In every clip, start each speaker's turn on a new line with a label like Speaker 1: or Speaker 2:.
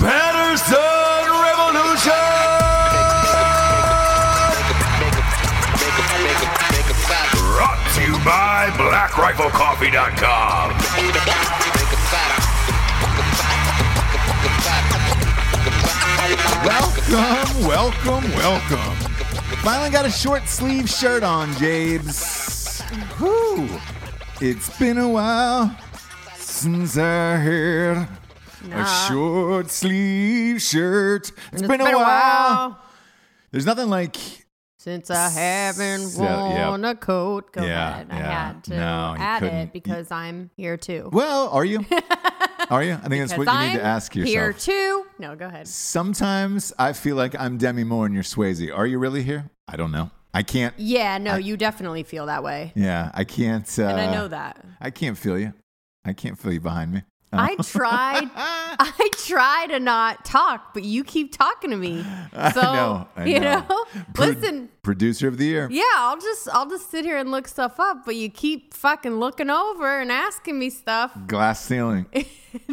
Speaker 1: Patterson Revolution!
Speaker 2: Brought to you by BlackRifleCoffee.com.
Speaker 1: Welcome, welcome, welcome. Finally got a short sleeve shirt on, Jabes. Whew. It's been a while since I had a short sleeve shirt. it's been, a, while. There's nothing like.
Speaker 3: Since I haven't
Speaker 1: So, yep.
Speaker 3: worn a coat, go
Speaker 1: Yeah,
Speaker 3: ahead. I
Speaker 1: yeah.
Speaker 3: had to
Speaker 1: No, you
Speaker 3: add
Speaker 1: couldn't.
Speaker 3: it because I'm here too.
Speaker 1: Well, are you? Are you? I think that's
Speaker 3: Because
Speaker 1: what you need
Speaker 3: I'm
Speaker 1: to ask yourself.
Speaker 3: Here too. No, go ahead.
Speaker 1: Sometimes I feel like I'm Demi Moore and you're Swayze. Are you really here? I don't know. I can't.
Speaker 3: Yeah, no, you definitely feel that way,
Speaker 1: Yeah, I can't. Uh,
Speaker 3: and I know that.
Speaker 1: I can't feel you. I can't feel you behind me.
Speaker 3: I tried, I try to not talk, but you keep talking to me. So
Speaker 1: I know, I
Speaker 3: you
Speaker 1: know.
Speaker 3: know,
Speaker 1: Pro-
Speaker 3: listen.
Speaker 1: Producer of the year.
Speaker 3: Yeah, I'll just I'll just sit here and look stuff up, but you keep fucking looking over and asking me stuff.
Speaker 1: Glass ceiling.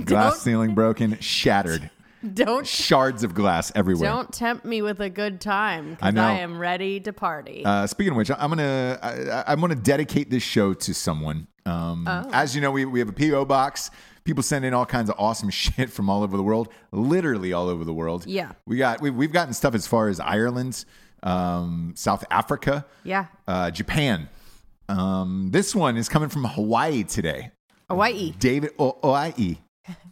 Speaker 1: Glass
Speaker 3: Don't-
Speaker 1: ceiling broken, shattered.
Speaker 3: Don't
Speaker 1: Shards of glass everywhere.
Speaker 3: don't tempt me with a good time
Speaker 1: I
Speaker 3: because
Speaker 1: know.
Speaker 3: I, am ready to party.
Speaker 1: Uh, speaking of which, I'm gonna I, I- I'm gonna dedicate this show to someone. Um,
Speaker 3: Oh.
Speaker 1: As you know, we we have a PO box. People send in all kinds of awesome shit from all over the world, literally all over the world.
Speaker 3: Yeah.
Speaker 1: we got we, we've gotten stuff as far as Ireland, um, South Africa,
Speaker 3: yeah,
Speaker 1: uh, Japan. Um, this one is coming from Hawaii today.
Speaker 3: Hawaii.
Speaker 1: David O O I E.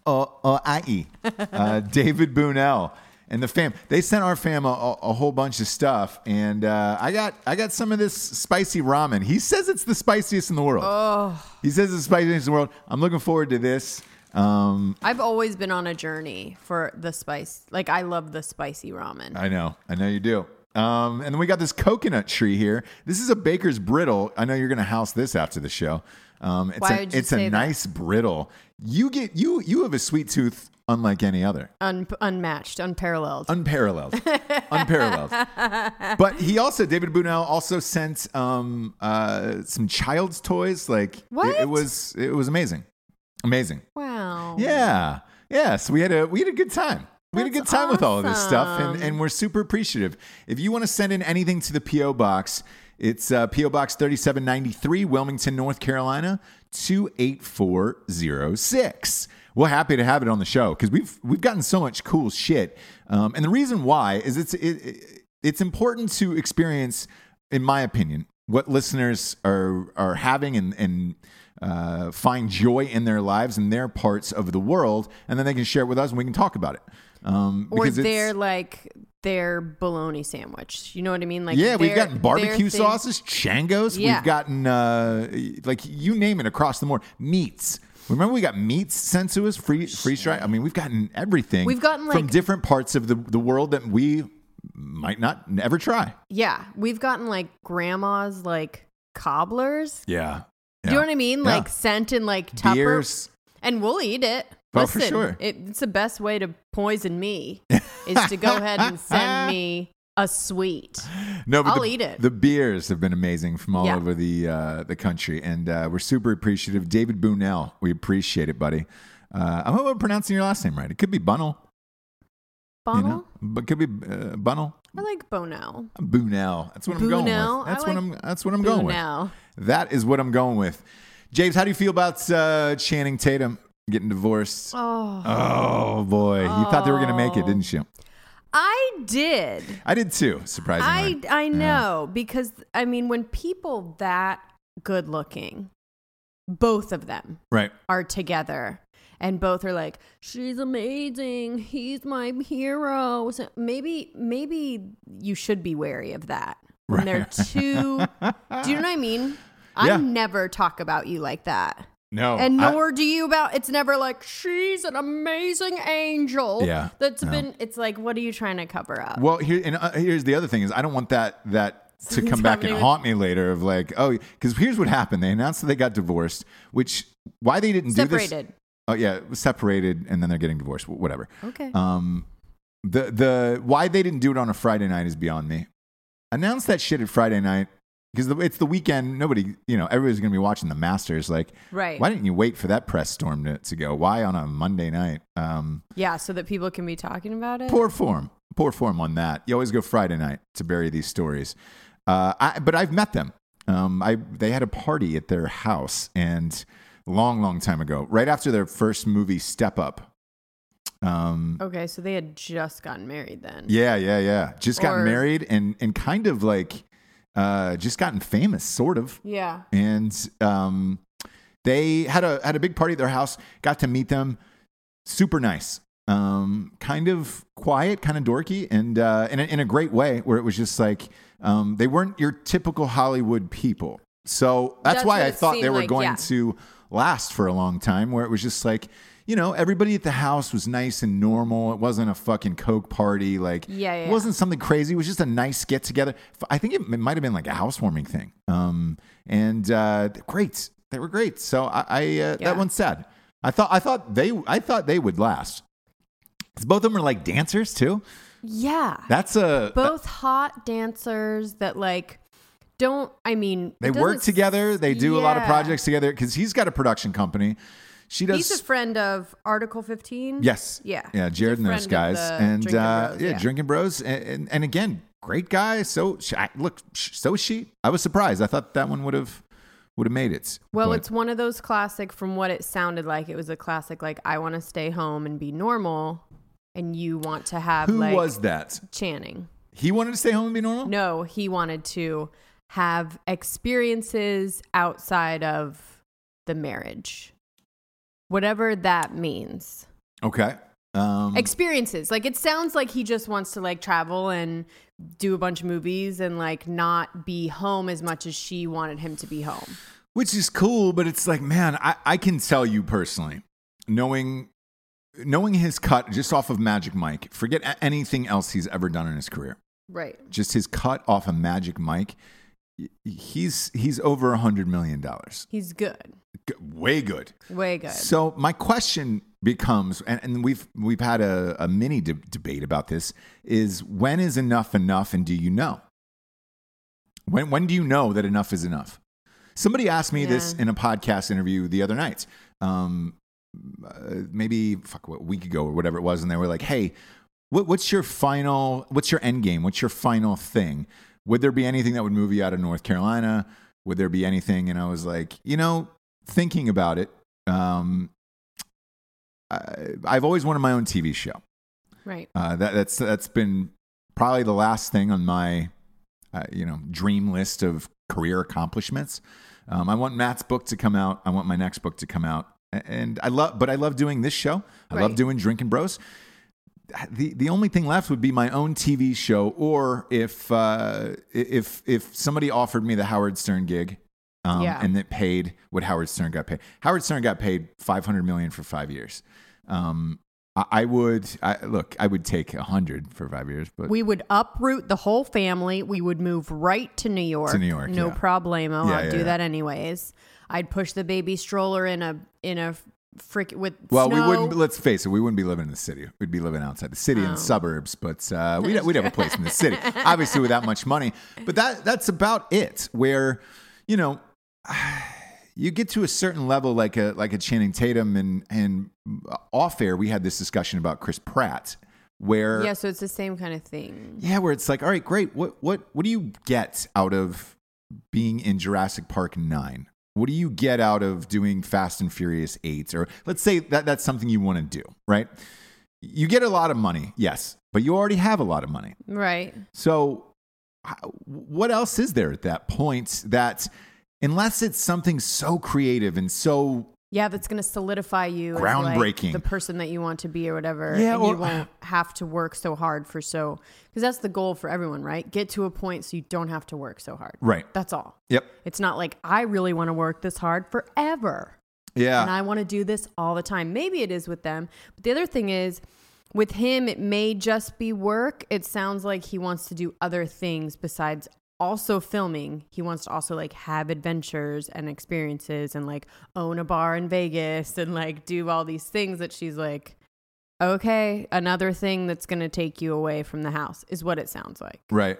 Speaker 1: O O I E. Uh, David Boonell and the fam. They sent our fam a, a, a whole bunch of stuff, and uh, I got I got some of this spicy ramen. He says it's the spiciest in the world.
Speaker 3: Oh.
Speaker 1: He says it's the spiciest in the world. I'm looking forward to this. Um,
Speaker 3: I've always been on a journey for the spice. Like I love the spicy ramen.
Speaker 1: I know. I know you do. Um, and then we got this coconut tree here. This is a baker's brittle. I know you're going to house this after the show. Um, it's
Speaker 3: Why
Speaker 1: a,
Speaker 3: would you
Speaker 1: it's
Speaker 3: say
Speaker 1: a
Speaker 3: that?
Speaker 1: nice brittle. You get you you have a sweet tooth unlike any other.
Speaker 3: Un- unmatched, unparalleled.
Speaker 1: unparalleled, unparalleled. But he also David Bunel also sent um, uh, some child's toys. Like it- It,
Speaker 3: What?
Speaker 1: was it was amazing, amazing.
Speaker 3: wow.
Speaker 1: Yeah, yes, we had a we had a good time. We had a good
Speaker 3: That's
Speaker 1: time with all of this stuff, and,
Speaker 3: awesome.
Speaker 1: and we're super appreciative. If you want to send in anything to the PO box, it's uh, PO Box thirty seven ninety three, Wilmington, North Carolina two eight four zero six. We're happy to have it on the show because we've we've gotten so much cool shit, um, and the reason why is it's it, it, it's important to experience, in my opinion, what listeners are are having and and uh, find joy in their lives and their parts of the world, and then they can share it with us and we can talk about it. Um,
Speaker 3: Or
Speaker 1: because it's-
Speaker 3: their like their bologna sandwich. You know what I mean? Like
Speaker 1: yeah, we've
Speaker 3: their-
Speaker 1: gotten
Speaker 3: their
Speaker 1: barbecue
Speaker 3: thing-
Speaker 1: sauces, changos.
Speaker 3: Yeah.
Speaker 1: We've gotten uh, like you name it across the board. Meats. Remember, we got meats sent to us, free freeze dried. I mean, we've gotten everything.
Speaker 3: Oh, We've gotten,
Speaker 1: from
Speaker 3: like-
Speaker 1: different parts of the the world that we might not ever try.
Speaker 3: Yeah, we've gotten like grandma's like cobblers.
Speaker 1: Yeah.
Speaker 3: Do you know what I mean?
Speaker 1: Yeah.
Speaker 3: Like scent and like tupper,
Speaker 1: Beers.
Speaker 3: and we'll eat it.
Speaker 1: Oh, for
Speaker 3: Listen,
Speaker 1: sure.
Speaker 3: it, it's the best way to poison me is to go ahead and send me a sweet.
Speaker 1: No, but
Speaker 3: I'll
Speaker 1: the,
Speaker 3: eat it.
Speaker 1: The beers have been amazing from all
Speaker 3: Yeah.
Speaker 1: over the uh, the country, and uh, we're super appreciative. David Bunell, we appreciate it, buddy. Uh, I hope I'm pronouncing your last name right. It could be Bunnell,
Speaker 3: Bonnell?
Speaker 1: you know, but it could be uh, Bunnell,
Speaker 3: I like Bonell.
Speaker 1: Bunell. That's what I'm going
Speaker 3: Bunell.
Speaker 1: with.
Speaker 3: I
Speaker 1: That's
Speaker 3: like
Speaker 1: what I'm. That's what I'm going
Speaker 3: Bonell.
Speaker 1: with. That is what I'm going with. James, how do you feel about uh, Channing Tatum getting divorced?
Speaker 3: Oh,
Speaker 1: Oh boy, you thought they were going to make it,
Speaker 3: Oh.
Speaker 1: didn't you?
Speaker 3: I did.
Speaker 1: I did too. Surprisingly,
Speaker 3: I I know because I mean when people that good looking, both of them
Speaker 1: right?
Speaker 3: are together and both are like she's amazing he's my hero so maybe maybe you should be wary of that when they're too do you know what i mean i
Speaker 1: Yeah.
Speaker 3: never talk about you like that
Speaker 1: No,
Speaker 3: and
Speaker 1: I-
Speaker 3: nor do you about it's never like she's an amazing angel
Speaker 1: Yeah,
Speaker 3: that's
Speaker 1: no.
Speaker 3: been it's like what are you trying to cover up
Speaker 1: Well, here and uh, here's the other thing is I don't want that that to come back and
Speaker 3: Something-
Speaker 1: haunt me later of like oh because here's what happened they announced that they got divorced which why they didn't do
Speaker 3: separated
Speaker 1: this oh yeah separated and then they're getting divorced wh- whatever
Speaker 3: okay
Speaker 1: um the the why they didn't do it on a Friday night is beyond me announce that shit at Friday night because the, it's the weekend nobody you know everybody's gonna be watching the Masters like
Speaker 3: Right.
Speaker 1: why didn't you wait for that press storm to, to go why on a Monday night um
Speaker 3: yeah so that people can be talking about it
Speaker 1: poor form poor form on that you always go friday night to bury these stories uh, I, but i've met them um, I, they had a party at their house and long long time ago right after their first movie step up um,
Speaker 3: okay so they had just gotten married then
Speaker 1: yeah yeah yeah just got
Speaker 3: Or-
Speaker 1: married and, and kind of like uh, just gotten famous sort of
Speaker 3: yeah
Speaker 1: and um, they had a had a big party at their house. Got to meet them, super nice, um, kind of quiet, kind of dorky, and uh, in a, in a great way where it was just like um, they weren't your typical Hollywood people. So that's,
Speaker 3: That's
Speaker 1: why
Speaker 3: what
Speaker 1: I
Speaker 3: it
Speaker 1: thought they
Speaker 3: seemed
Speaker 1: were
Speaker 3: like,
Speaker 1: going
Speaker 3: yeah.
Speaker 1: to last for a long time, where it was just like. You know, everybody at the house was nice and normal. It wasn't a fucking coke party. Like,
Speaker 3: Yeah, yeah,
Speaker 1: it wasn't something crazy. It was just a nice get together. F- I think it, m- might have been like a housewarming thing. Um, and uh, they're great, they were great. So I, I uh,
Speaker 3: Yeah.
Speaker 1: that one's sad. I thought I thought they I thought they would last. 'Cause Both of them are like dancers too.
Speaker 3: Yeah.
Speaker 1: That's a
Speaker 3: Both hot dancers that like don't I mean
Speaker 1: they
Speaker 3: it
Speaker 1: work
Speaker 3: doesn't-
Speaker 1: together. They do a lot of
Speaker 3: yeah.
Speaker 1: projects together because he's got a production company. She does.
Speaker 3: He's a friend of Article 15.
Speaker 1: Yes.
Speaker 3: Yeah.
Speaker 1: Yeah. Jared and
Speaker 3: He's
Speaker 1: those
Speaker 3: a friend
Speaker 1: guys,
Speaker 3: of the
Speaker 1: and
Speaker 3: Drinking
Speaker 1: uh,
Speaker 3: Bros,
Speaker 1: yeah,
Speaker 3: yeah.
Speaker 1: drinking bros, and, and, and again, great guy. So she, I, look, sh- so is she. I was surprised. I thought that one would have would have made it.
Speaker 3: Well,
Speaker 1: But-
Speaker 3: it's one of those classic from what it sounded like. It was a classic like I want to stay home and be normal and you want to have
Speaker 1: who
Speaker 3: like
Speaker 1: was that?
Speaker 3: Channing.
Speaker 1: He wanted to stay home and be normal.
Speaker 3: No, he wanted to have experiences outside of the marriage. Whatever that means.
Speaker 1: Okay. Um,
Speaker 3: Experiences. Like it sounds like he just wants to like travel and do a bunch of movies and like not be home as much as she wanted him to be home.
Speaker 1: which is cool but it's like man I, I can tell you personally knowing knowing his cut just off of magic mike forget a- anything else he's ever done in his career
Speaker 3: Right.
Speaker 1: just his cut off of magic mike y- he's he's over a hundred million dollars
Speaker 3: He's good.
Speaker 1: G- way good
Speaker 3: Way good.
Speaker 1: so my question becomes, and, and we've we've had a, a mini de- debate about this: is when is enough enough, and do you know? When when do you know that enough is enough? Somebody asked me this
Speaker 3: Yeah.
Speaker 1: in a podcast interview the other night, um, uh, maybe fuck what, a week ago or whatever it was, and they were like, "Hey, what, what's your final? What's your end game? What's your final thing? Would there be anything that would move you out of North Carolina? Would there be anything?" And I was like, you know, thinking about it, um, I, I've always wanted my own TV show.
Speaker 3: right.
Speaker 1: Uh, that, that's that's been probably the last thing on my uh, you know dream list of career accomplishments. Um, I want Matt's book to come out. I want my next book to come out. A- And I love, but I love doing this show. I love
Speaker 3: Right.
Speaker 1: doing Drinking Bros. The the only thing left would be my own TV show, or if uh, if if somebody offered me the Howard Stern gig, um,
Speaker 3: Yeah.
Speaker 1: and that paid what Howard Stern got paid. Howard Stern got paid five hundred million for five years. Um, I, I would I, look. I would take a hundred for five years, but
Speaker 3: We would uproot the whole family. We would move right to New York.
Speaker 1: To New York,
Speaker 3: no
Speaker 1: yeah.
Speaker 3: problemo.
Speaker 1: Yeah,
Speaker 3: I'd
Speaker 1: yeah,
Speaker 3: do
Speaker 1: yeah.
Speaker 3: that anyways. I'd push the baby stroller in a in a frick with
Speaker 1: well,
Speaker 3: snow. Oh.
Speaker 1: we wouldn't. Let's face it, we wouldn't be living in the city. We'd be living outside the city in suburbs, but uh, we'd, we'd have a place in the city, obviously, without much money. But that that's about it. Where you know. You get to a certain level, like a like a Channing Tatum, and and off air, we had this discussion about Chris Pratt, where
Speaker 3: yeah, so it's the same kind of thing.
Speaker 1: Yeah, where it's like, all right, great. What what what do you get out of being in Jurassic Park nine? What do you get out of doing Fast and Furious eight? Or let's say that that's something you want to do, right? You get a lot of money, yes, but you already have a lot of money.
Speaker 3: Right.
Speaker 1: So, h- what else is there at that point that, unless it's something so creative and so
Speaker 3: Yeah, that's going to solidify you as,
Speaker 1: Groundbreaking.
Speaker 3: like, the person that you want to be or whatever.
Speaker 1: Yeah,
Speaker 3: and
Speaker 1: or-
Speaker 3: you won't have to work so hard for so because that's the goal for everyone, right? Get to a point so you don't have to work so hard.
Speaker 1: right,
Speaker 3: That's all.
Speaker 1: yep,
Speaker 3: It's not like I really want to work this hard forever.
Speaker 1: yeah,
Speaker 3: and I want to do this all the time. Maybe it is with them. But the other thing is, with him, it may just be work. It sounds like he wants to do other things besides also filming. He wants to also like have adventures and experiences and like own a bar in Vegas and like do all these things that she's like, okay, another thing that's going to take you away from the house is what it sounds like.
Speaker 1: Right.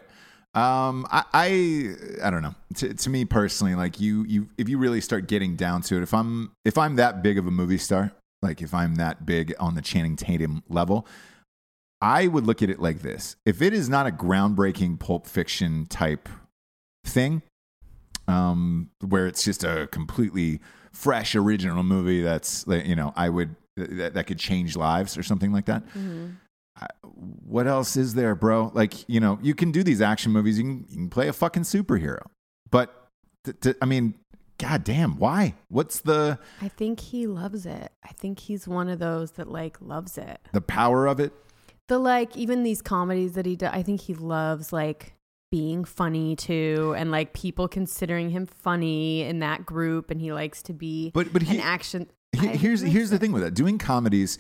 Speaker 1: Um, I, I I don't know. To, to me personally, like you you if you really start getting down to it, if I'm if I'm that big of a movie star, like if I'm that big on the Channing Tatum level, I would look at it like this. If it is not a groundbreaking pulp fiction type thing, um, where it's just a completely fresh original movie that's like, you know, I would that, that could change lives or something like that what else is there, bro? Like, you know, you can do these action movies. You can, you can play a fucking superhero. But, t- t- I mean, goddamn, why? What's the
Speaker 3: I think he loves it. I think he's one of those that like loves it.
Speaker 1: the power of it?
Speaker 3: the like even these comedies that he does i think he loves like being funny too and like people considering him funny in that group and he likes to be
Speaker 1: But but he,
Speaker 3: an action
Speaker 1: he-
Speaker 3: I
Speaker 1: here's
Speaker 3: like
Speaker 1: here's the
Speaker 3: it.
Speaker 1: thing with that. Doing comedies,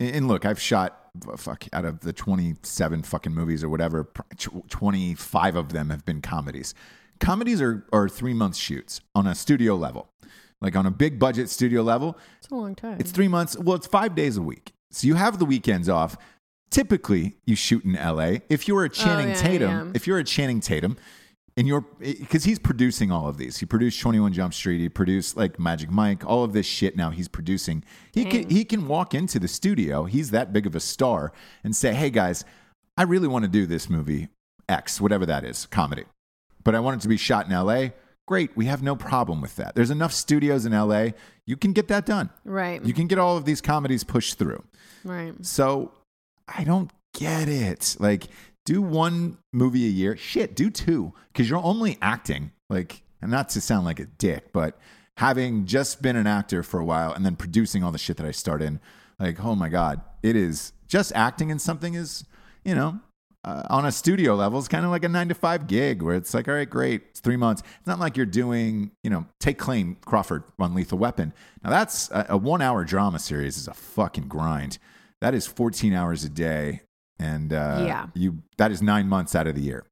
Speaker 1: and look, I've shot f- fuck out of the 27 fucking movies or whatever, pr- tw- 25 of them have been comedies. Comedies are are 3 month shoots on a studio level. Like on a big budget studio level,
Speaker 3: it's a long time
Speaker 1: It's three months. Well, it's five days a week. So you have the weekends off. Typically, you shoot in LA. If you're a Channing
Speaker 3: Oh, yeah,
Speaker 1: Tatum,
Speaker 3: yeah.
Speaker 1: if you're a Channing Tatum, in your because he's producing all of these. He produced Twenty One Jump Street. He produced like Magic Mike. All of this shit now he's producing. He can he can walk into the studio. He's that big of a star and say, "Hey guys, I really want to do this movie X, whatever that is, comedy, but I want it to be shot in L.A." Great, we have no problem with that. There's enough studios in LA. You can get that done.
Speaker 3: Right.
Speaker 1: You can get all of these comedies pushed through.
Speaker 3: right.
Speaker 1: So I don't get it. Like, do one movie a year. Shit, do two because you're only acting. Like, and not to sound like a dick, but having just been an actor for a while and then producing all the shit that I start in, like, oh my God, it is just acting in something is, you know, uh, on a studio level, it's kind of like a nine to five gig where it's like, all right, great, it's three months. It's not like you're doing, you know, take claim Crawford on Lethal Weapon. Now that's a, a one hour drama series is a fucking grind. That is 14 hours a day, and uh,
Speaker 3: Yeah.
Speaker 1: you that is nine months out of the year.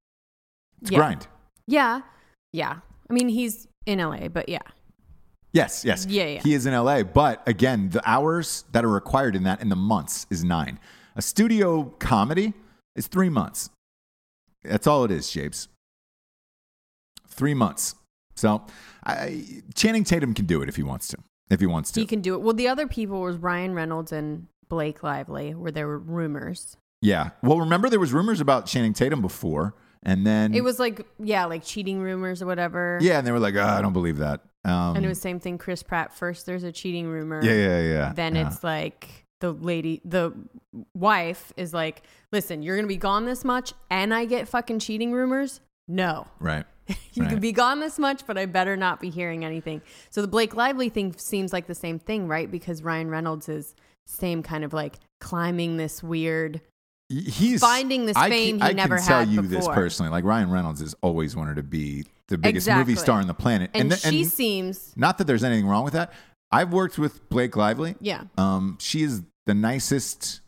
Speaker 1: It's
Speaker 3: Yeah.
Speaker 1: grind.
Speaker 3: Yeah. Yeah. I mean, he's in LA, but yeah.
Speaker 1: Yes, yes.
Speaker 3: Yeah, yeah.
Speaker 1: He is in LA, but again, the hours that are required in that in the months is nine. A studio comedy is three months. That's all it is, Japes. Three months. So, I, Channing Tatum can do it if he wants to. If he wants to.
Speaker 3: He can do it. Well, the other people was Ryan Reynolds and Blake Lively, where there were rumors.
Speaker 1: yeah. Well, remember there was rumors about Channing Tatum before, and then
Speaker 3: It was like, yeah, like cheating rumors or whatever.
Speaker 1: yeah, and they were like, oh, I don't believe that. Um,
Speaker 3: And it was same thing. Chris Pratt first. There's a cheating rumor.
Speaker 1: yeah, yeah, yeah.
Speaker 3: Then
Speaker 1: yeah.
Speaker 3: it's like the lady, the wife is like, listen, you're gonna be gone this much, and I get fucking cheating rumors. No,
Speaker 1: right.
Speaker 3: you
Speaker 1: right.
Speaker 3: could be gone this much, but I better not be hearing anything. So the Blake Lively thing seems like the same thing, right? Because Ryan Reynolds is same kind of like climbing this weird.
Speaker 1: he's
Speaker 3: finding this fame he
Speaker 1: I
Speaker 3: never
Speaker 1: can tell
Speaker 3: had
Speaker 1: you this
Speaker 3: before.
Speaker 1: personally. Like Ryan Reynolds has always wanted to be the biggest
Speaker 3: Exactly.
Speaker 1: movie star on the planet,
Speaker 3: And,
Speaker 1: th-
Speaker 3: she seems,
Speaker 1: not that there's anything wrong with that. I've worked with Blake Lively.
Speaker 3: yeah,
Speaker 1: Um, she is the nicest,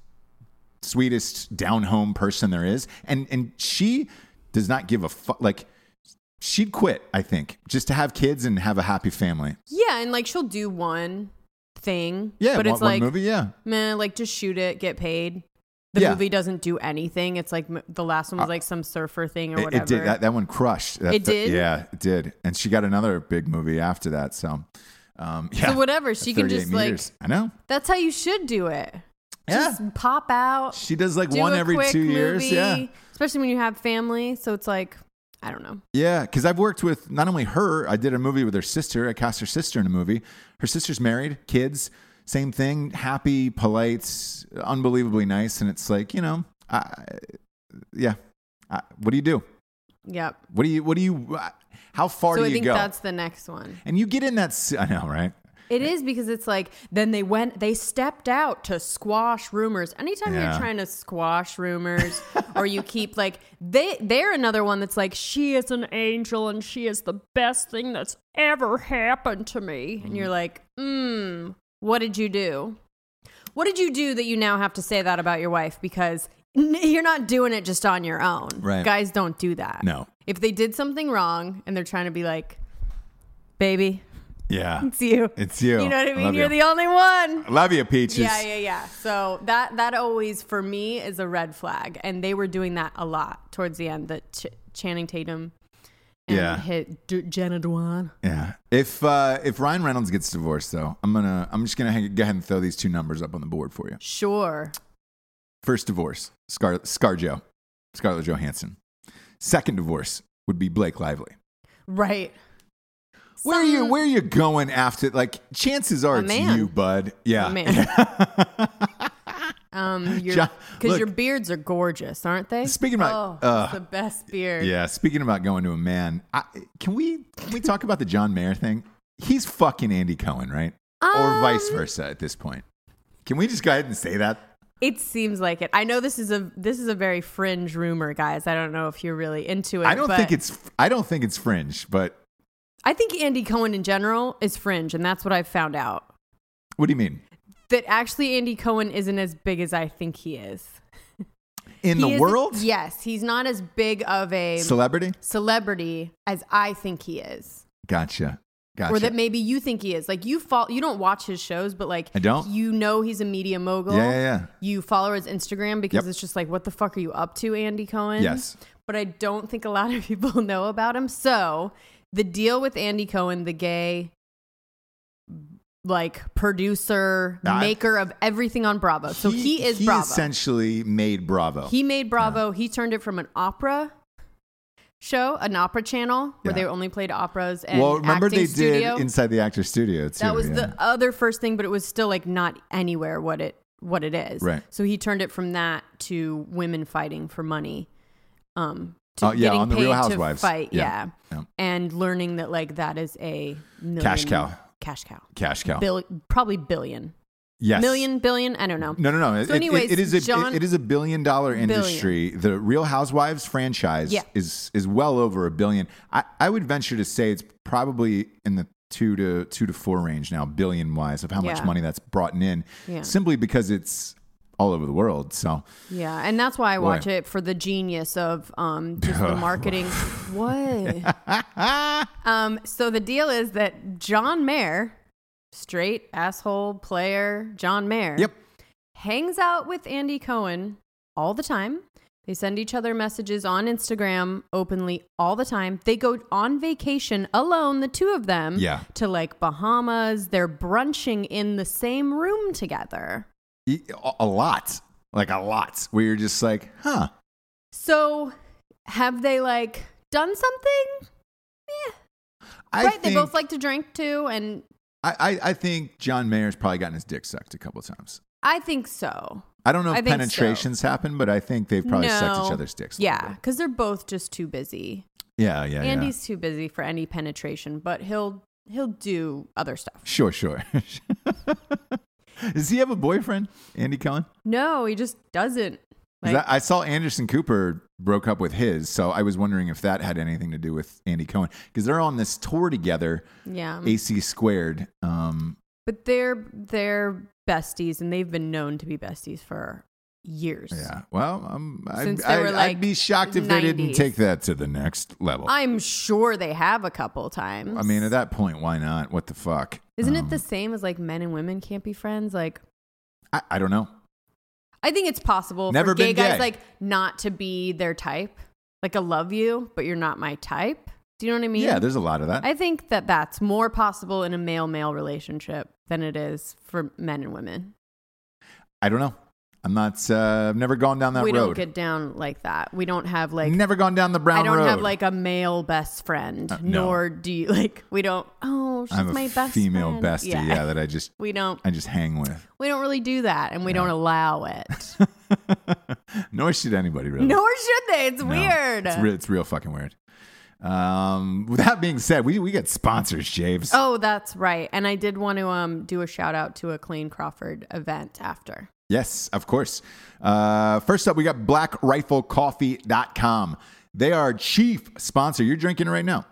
Speaker 1: sweetest, down home person there is, and and she does not give a fuck. Like she'd quit, I think, just to have kids and have a happy family.
Speaker 3: yeah, and like she'll do one thing,
Speaker 1: Yeah,
Speaker 3: but
Speaker 1: one,
Speaker 3: it's
Speaker 1: one
Speaker 3: like
Speaker 1: movie. Yeah,
Speaker 3: man, like just shoot it, get paid. The
Speaker 1: Yeah. Uh,
Speaker 3: movie doesn't do anything. It's like m- the last one was like some surfer thing or
Speaker 1: It-
Speaker 3: whatever.
Speaker 1: It, did. That, that one crushed. That-
Speaker 3: It
Speaker 1: that-
Speaker 3: did?
Speaker 1: yeah, it did. And she got another big movie after that. So, um, yeah.
Speaker 3: So whatever, she can
Speaker 1: 38
Speaker 3: just, like-
Speaker 1: meters. I know.
Speaker 3: That's how you should do it.
Speaker 1: Yeah.
Speaker 3: Just pop out.
Speaker 1: She does like
Speaker 3: do
Speaker 1: one
Speaker 3: a
Speaker 1: every
Speaker 3: quick
Speaker 1: two years.
Speaker 3: movie,
Speaker 1: Yeah.
Speaker 3: Especially when you have family. So it's like, I don't know.
Speaker 1: Yeah. Cause I've worked with not only her, I did a movie with her sister. I cast her sister in a movie. Her sister's married, kids, same thing, happy, polite, unbelievably nice. And it's like, you know, I, yeah. I, what do you do?
Speaker 3: Yep.
Speaker 1: What do you, what do you, how far
Speaker 3: So
Speaker 1: do
Speaker 3: I
Speaker 1: you
Speaker 3: think
Speaker 1: go?
Speaker 3: that's the next one.
Speaker 1: and you get in that, s- I know, right?
Speaker 3: It is because it's like then they went they stepped out to squash rumors. Anytime
Speaker 1: Yeah.
Speaker 3: you're trying to squash rumors or you keep like they they're another one that's like she is an angel and she is the best thing that's ever happened to me. And you're like, "Mm, what did you do? What did you do that you now have to say that about your wife because n- you're not doing it just on your own.
Speaker 1: Right.
Speaker 3: Guys don't do that.
Speaker 1: No.
Speaker 3: If they did something wrong and they're trying to be like, "Baby,
Speaker 1: Yeah.
Speaker 3: it's you."
Speaker 1: It's you.
Speaker 3: You know what I mean?
Speaker 1: love
Speaker 3: You're
Speaker 1: you.
Speaker 3: the only one.
Speaker 1: I love you, Peaches.
Speaker 3: yeah, yeah, yeah. So that that always for me is a red flag, and they were doing that a lot towards the end. That Ch- Channing Tatum, and
Speaker 1: Yeah.
Speaker 3: hit D- Jenna Dewan.
Speaker 1: Yeah. If uh, if Ryan Reynolds gets divorced, though, I'm gonna I'm just gonna hang, go ahead and throw these two numbers up on the board for you.
Speaker 3: Sure,
Speaker 1: First divorce, Scar ScarJo, Scarlett Johansson. Second divorce would be Blake Lively.
Speaker 3: right.
Speaker 1: Where are you Where are you going after? Like, chances are
Speaker 3: A
Speaker 1: it's
Speaker 3: man.
Speaker 1: you, bud. Yeah.
Speaker 3: A man. Um,
Speaker 1: Jo-
Speaker 3: because
Speaker 1: look.
Speaker 3: your beards are gorgeous, aren't they?
Speaker 1: Speaking about-
Speaker 3: oh,
Speaker 1: uh,
Speaker 3: it's the best beard.
Speaker 1: yeah. Speaking about going to a man, I, can we can we talk about the John Mayer thing? He's fucking Andy Cohen, right?
Speaker 3: Um,
Speaker 1: or vice versa at this point. Can we just go ahead and say that?
Speaker 3: It seems like it. I know this is a this is a very fringe rumor, guys. I don't know if you're really into it.
Speaker 1: I don't
Speaker 3: but
Speaker 1: think it's I don't think it's fringe, but
Speaker 3: I think Andy Cohen in general is fringe, and that's what I've found out.
Speaker 1: what do you mean?
Speaker 3: that actually Andy Cohen isn't as big as I think he is.
Speaker 1: In
Speaker 3: He
Speaker 1: the
Speaker 3: is-
Speaker 1: world?
Speaker 3: Yes, he's not as big of a
Speaker 1: Celebrity?
Speaker 3: celebrity as I think he is.
Speaker 1: Gotcha. Gotcha.
Speaker 3: or that maybe you think he is. Like you fall, you don't watch his shows, but like
Speaker 1: I don't.
Speaker 3: You know he's a media mogul.
Speaker 1: Yeah, yeah, yeah.
Speaker 3: You follow his Instagram
Speaker 1: Yep.
Speaker 3: because it's just like, what the fuck are you up to, Andy Cohen?
Speaker 1: Yes.
Speaker 3: But I don't think a lot of people know about him. So the deal with Andy Cohen, the gay, like producer,
Speaker 1: I-
Speaker 3: maker of everything on Bravo. So he, is
Speaker 1: he
Speaker 3: Bravo.
Speaker 1: essentially made Bravo.
Speaker 3: He made Bravo. He turned it from an opera show, an opera channel
Speaker 1: Yeah.
Speaker 3: where they only played operas. And
Speaker 1: well, remember
Speaker 3: acting
Speaker 1: they
Speaker 3: studio.
Speaker 1: did inside the actor studio too.
Speaker 3: That was
Speaker 1: yeah.
Speaker 3: the other first thing, but it was still like not anywhere what it what it is.
Speaker 1: Right.
Speaker 3: So he turned it from that to women fighting for money. Um. To
Speaker 1: Oh, yeah,
Speaker 3: getting
Speaker 1: on the Real
Speaker 3: paid to
Speaker 1: Housewives.
Speaker 3: Fight,
Speaker 1: Yeah.
Speaker 3: yeah.
Speaker 1: Yeah.
Speaker 3: And learning that like that is a million,
Speaker 1: Cash cow. Oh.
Speaker 3: Cash cow.
Speaker 1: cash cow.
Speaker 3: Bill, probably billion.
Speaker 1: yes.
Speaker 3: Million, billion, I don't know.
Speaker 1: No, no, no. It-
Speaker 3: So
Speaker 1: it-
Speaker 3: anyways,
Speaker 1: it is a
Speaker 3: John-
Speaker 1: it is a billion dollar
Speaker 3: Billion.
Speaker 1: industry. The Real Housewives franchise
Speaker 3: Yeah.
Speaker 1: is is well over a billion. I, I would venture to say it's probably in the two to two to four range now, billion wise of how much
Speaker 3: Yeah.
Speaker 1: money that's brought in.
Speaker 3: Yeah.
Speaker 1: Simply because it's all over the world. So
Speaker 3: Yeah, and that's why I
Speaker 1: Boy.
Speaker 3: watch it for the genius of um, just the marketing. what? um, so the deal is that John Mayer, straight asshole player, John Mayer,
Speaker 1: Yep.
Speaker 3: hangs out with Andy Cohen all the time. They send each other messages on Instagram openly all the time. They go on vacation alone, the two of them,
Speaker 1: Yeah.
Speaker 3: to like Bahamas. They're brunching in the same room together.
Speaker 1: e- a a lot. Like a lot. Where you're just like, huh.
Speaker 3: So, have they like done something?
Speaker 1: I
Speaker 3: right,
Speaker 1: think,
Speaker 3: they both like to drink too, and
Speaker 1: I, I, I think John Mayer's probably gotten his dick sucked a couple times.
Speaker 3: I think so.
Speaker 1: I don't know
Speaker 3: I
Speaker 1: if
Speaker 3: think so.
Speaker 1: penetrations happen, but I think they've probably sucked each
Speaker 3: No.
Speaker 1: other's dicks. a little
Speaker 3: Yeah,
Speaker 1: bit.
Speaker 3: because they're both just too busy.
Speaker 1: Yeah, yeah, yeah.
Speaker 3: Andy's too busy for any penetration, but he'll he'll do other stuff.
Speaker 1: Sure, sure. Does he have a boyfriend, Andy Cohen? 'Cause
Speaker 3: No, he just doesn't. Like,
Speaker 1: I, I saw Anderson Cooper broke up with his, so I was wondering if that had anything to do with Andy Cohen because they're on this tour together,
Speaker 3: yeah,
Speaker 1: AC squared. Um,
Speaker 3: but they're they're besties, and they've been known to be besties for years.
Speaker 1: yeah. Well, um, I'd,
Speaker 3: Since they were,
Speaker 1: I'd- I'd
Speaker 3: like,
Speaker 1: be shocked if they didn't
Speaker 3: 90s.
Speaker 1: take that to the next level. I,
Speaker 3: I'm sure they have a couple times.
Speaker 1: mean, at that point, why not? What the fuck?
Speaker 3: isn't
Speaker 1: Um,
Speaker 3: it the same as like men and women can't be friends? Like
Speaker 1: I, I don't know.
Speaker 3: I think it's possible
Speaker 1: Never
Speaker 3: for gay
Speaker 1: been gay.
Speaker 3: guys like not to be their type. Like I love you, but you're not my type. Do you know what I mean?
Speaker 1: yeah, there's a lot of that.
Speaker 3: I think that that's more possible in a male male relationship than it is for men and women.
Speaker 1: I don't know. I'm not. Uh, I've never gone down that
Speaker 3: we
Speaker 1: road.
Speaker 3: don't get down like that. We don't have like
Speaker 1: never gone down the brown
Speaker 3: I don't
Speaker 1: road.
Speaker 3: have like a male best friend,
Speaker 1: Uh, no.
Speaker 3: nor do you like we don't. Oh, she's
Speaker 1: I'm a
Speaker 3: my best
Speaker 1: female
Speaker 3: friend.
Speaker 1: bestie. Yeah. that I just
Speaker 3: we don't.
Speaker 1: I just hang with.
Speaker 3: We don't really do that, and we don't allow it.
Speaker 1: Nor should anybody really.
Speaker 3: nor should they. It's
Speaker 1: No.
Speaker 3: weird.
Speaker 1: It's real, it's real fucking weird. Um, with that being said, we we get sponsors, Javes.
Speaker 3: Oh, that's right. And I did want to um do a shout out to a Clayne Crawford event after.
Speaker 1: Yes, of course. Uh, first up, we got blackriflecoffee.com. They are chief sponsor. You're drinking it right now.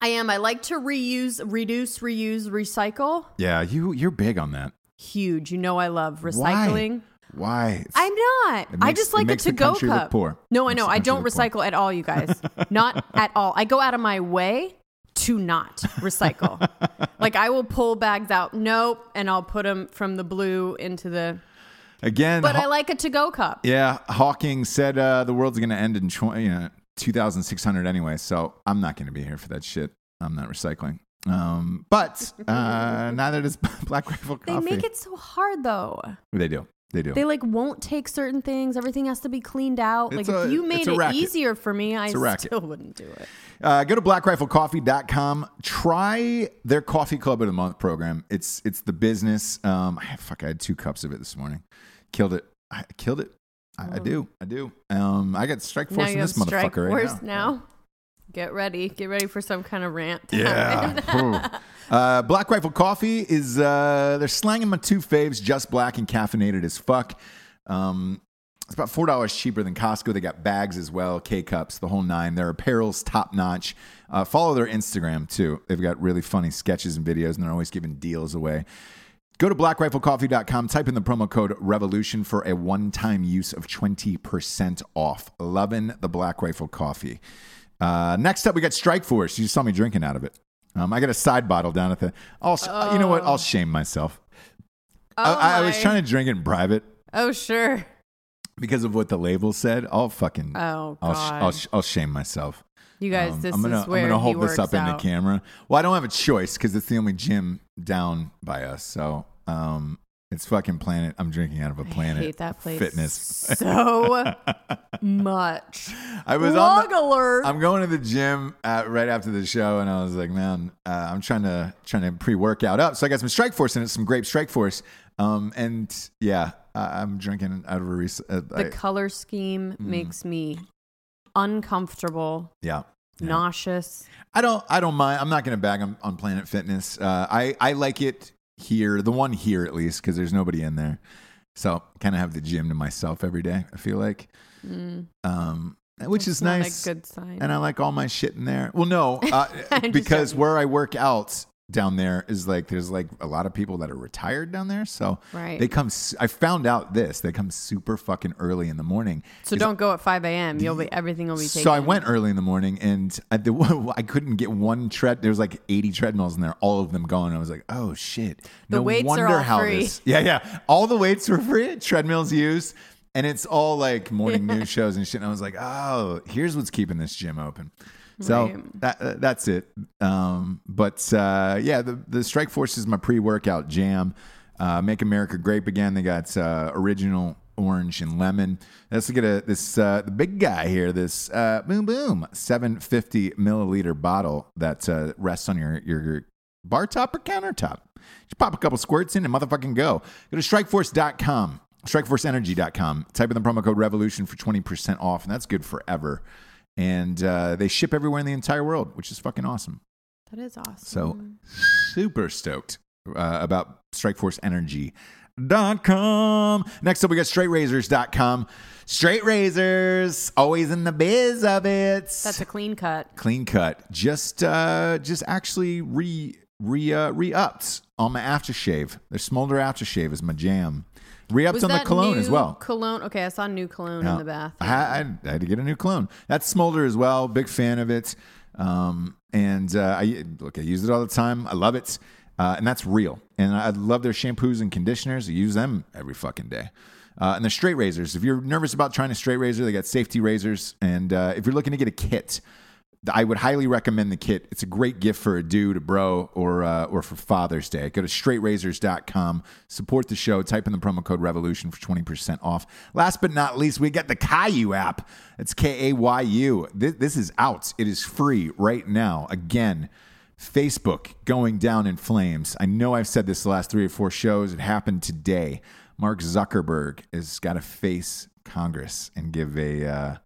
Speaker 3: I am. I like to reuse, reduce, reuse, recycle.
Speaker 1: Yeah, you you're big on that.
Speaker 3: Huge. You know I love recycling.
Speaker 1: Why? Why?
Speaker 3: I'm not.
Speaker 1: It
Speaker 3: I
Speaker 1: makes-
Speaker 3: just
Speaker 1: it
Speaker 3: like a
Speaker 1: makes the
Speaker 3: to-go
Speaker 1: country look
Speaker 3: cup.
Speaker 1: poor.
Speaker 3: No, I
Speaker 1: Makes
Speaker 3: know.
Speaker 1: the
Speaker 3: I
Speaker 1: country
Speaker 3: don't
Speaker 1: look poor.
Speaker 3: recycle at all, you guys. not at all. I go out of my way to not recycle. like I will pull bags out. Nope, and I'll put them from the blue into the.
Speaker 1: Again,
Speaker 3: But
Speaker 1: ho-
Speaker 3: I like a to-go cup.
Speaker 1: Yeah, Hawking said uh, the world's going to end in tw- you know, 2600 anyway, so I'm not going to be here for that shit. I'm not recycling. Um, but uh, neither does Black Rifle
Speaker 3: They
Speaker 1: Coffee.
Speaker 3: make it so hard though.
Speaker 1: They do. They do.
Speaker 3: They like won't take certain things. Everything has to be cleaned out.
Speaker 1: It's
Speaker 3: like if
Speaker 1: a-
Speaker 3: you
Speaker 1: it's
Speaker 3: made
Speaker 1: a
Speaker 3: it
Speaker 1: racket.
Speaker 3: easier for me, I
Speaker 1: It's a racket.
Speaker 3: still wouldn't do it.
Speaker 1: Uh, go to blackriflecoffee.com. Try their Coffee Club of the Month program. It's it's the business. Um, I, fuck, I had two cups of it this morning. Killed it. I killed it. I, I do. I do. Um, I got strike
Speaker 3: Oh. now
Speaker 1: force
Speaker 3: you
Speaker 1: in
Speaker 3: have
Speaker 1: this motherfucker
Speaker 3: strike
Speaker 1: right
Speaker 3: force
Speaker 1: now.
Speaker 3: now. Get ready. Get ready for some kind of rant. to happen.
Speaker 1: Yeah. uh, black Rifle Coffee is uh, they're slanging my two faves, just black and caffeinated as fuck. Um, it's about four dollars cheaper than Costco. They got bags as well, K cups, the whole nine. Their apparel's top notch. Uh, follow their Instagram too. They've got really funny sketches and videos, and they're always giving deals away. Go to blackriflecoffee.com, type in the promo code REVOLUTION for a one time use of 20% off. Loving the Black Rifle Coffee. Uh, next up, we got Strike Force. You saw me drinking out of it. Um, I got a side bottle down at the. I'll, sh uh, you know what? I'll shame myself.
Speaker 3: Oh
Speaker 1: I, I was
Speaker 3: my-
Speaker 1: trying to drink it in private
Speaker 3: Oh sure.
Speaker 1: because of what the label said. I'll fucking.
Speaker 3: Oh,
Speaker 1: I'll, sh- I'll,
Speaker 3: God.
Speaker 1: sh- I'll shame myself.
Speaker 3: You guys,
Speaker 1: Um,
Speaker 3: this
Speaker 1: I'm gonna,
Speaker 3: is where
Speaker 1: I'm gonna hold
Speaker 3: he
Speaker 1: this
Speaker 3: works
Speaker 1: up in
Speaker 3: out.
Speaker 1: the camera. Well, I don't have a choice because it's the only gym down by us. So um, it's fucking Planet. I'm drinking out of a
Speaker 3: I
Speaker 1: Planet
Speaker 3: hate that place
Speaker 1: Fitness.
Speaker 3: so much.
Speaker 1: I was on.
Speaker 3: Log
Speaker 1: the-
Speaker 3: alert.
Speaker 1: I'm going to the gym uh right after the show, and I was like, man, uh, I'm trying to trying to pre workout up. So I got some Strike Force in it, some grape Strike Force. Um, and yeah, I, I'm drinking out of a rec- uh,
Speaker 3: the
Speaker 1: I-
Speaker 3: color scheme
Speaker 1: Hmm.
Speaker 3: makes me uncomfortable,
Speaker 1: yeah.
Speaker 3: nauseous.
Speaker 1: I don't. I don't mind. I'm not going to bag on, on Planet Fitness. Uh, I I like it here, the one here at least, because there's nobody in there. So kind of have the gym to myself every day. I feel like, um, which
Speaker 3: Mm. That's
Speaker 1: is
Speaker 3: not
Speaker 1: nice.
Speaker 3: A good sign.
Speaker 1: and I like all my shit in there. Well, no, uh,
Speaker 3: I'm just
Speaker 1: because
Speaker 3: joking.
Speaker 1: where I work out down there is like there's like a lot of people that are retired down there, so
Speaker 3: Right.
Speaker 1: they come. s- I found out this they come super fucking early in the morning.
Speaker 3: so don't go at 5 a.m. You'll be everything will be taken.
Speaker 1: So I went early in the morning, and I, the, I couldn't get one tread. There was like eighty treadmills in there, all of them gone. I was like, "Oh shit!"
Speaker 3: The
Speaker 1: no
Speaker 3: weights are
Speaker 1: wonder
Speaker 3: all
Speaker 1: how
Speaker 3: free.
Speaker 1: this. Yeah, yeah. All the weights were free. Treadmills used, and it's all like morning news shows and shit. And I was like, "Oh, here's what's keeping this gym open." So that, uh, that's it. Um, but uh, yeah, the, the Strike Force is my pre workout jam. Uh, Make America Grape Again. They got uh, original orange and lemon. Let's look at a, this uh, the big guy here. This uh, boom boom 750 milliliter bottle that uh, rests on your your, your bar top or countertop. Just pop a couple squirts in and motherfucking go. Go to strikeforce.com, strikeforceenergy.com. Type in the promo code revolution for 20% off, and that's good forever. And uh, they ship everywhere in the entire world, which is fucking awesome.
Speaker 3: That is awesome.
Speaker 1: So super stoked uh, about strikeforceenergy.com. Next up, we got straightrazors.com. Straight razors, always in the biz of it
Speaker 3: that's a clean cut.
Speaker 1: clean cut just uh just actually re re uh, re-upped on my aftershave their smolder aftershave is my jam re-upped on the cologne as
Speaker 3: new
Speaker 1: well
Speaker 3: Cologne. Okay, I saw new cologne in the bath.
Speaker 1: I, I, I had to get a new cologne that's smolder as well big fan of it um and uh i look i use it all the time i love it uh, and that's real and i love their shampoos and conditioners i use them every fucking day uh, and they're straight razors. If you're nervous about trying a straight razor, they got safety razors. And uh, if you're looking to get a kit, I would highly recommend the kit. It's a great gift for a dude, a bro, or uh, or for Father's Day. Go to straightrazors.com, support the show, type in the promo code revolution for 20% off. Last but not least, we got the Caillou app. It's K A Y U. This, this is out. It is free right now. Again, Facebook going down in flames. I know I've said this the last three or four shows. It happened today. Mark Zuckerberg has got to face Congress and give a uh,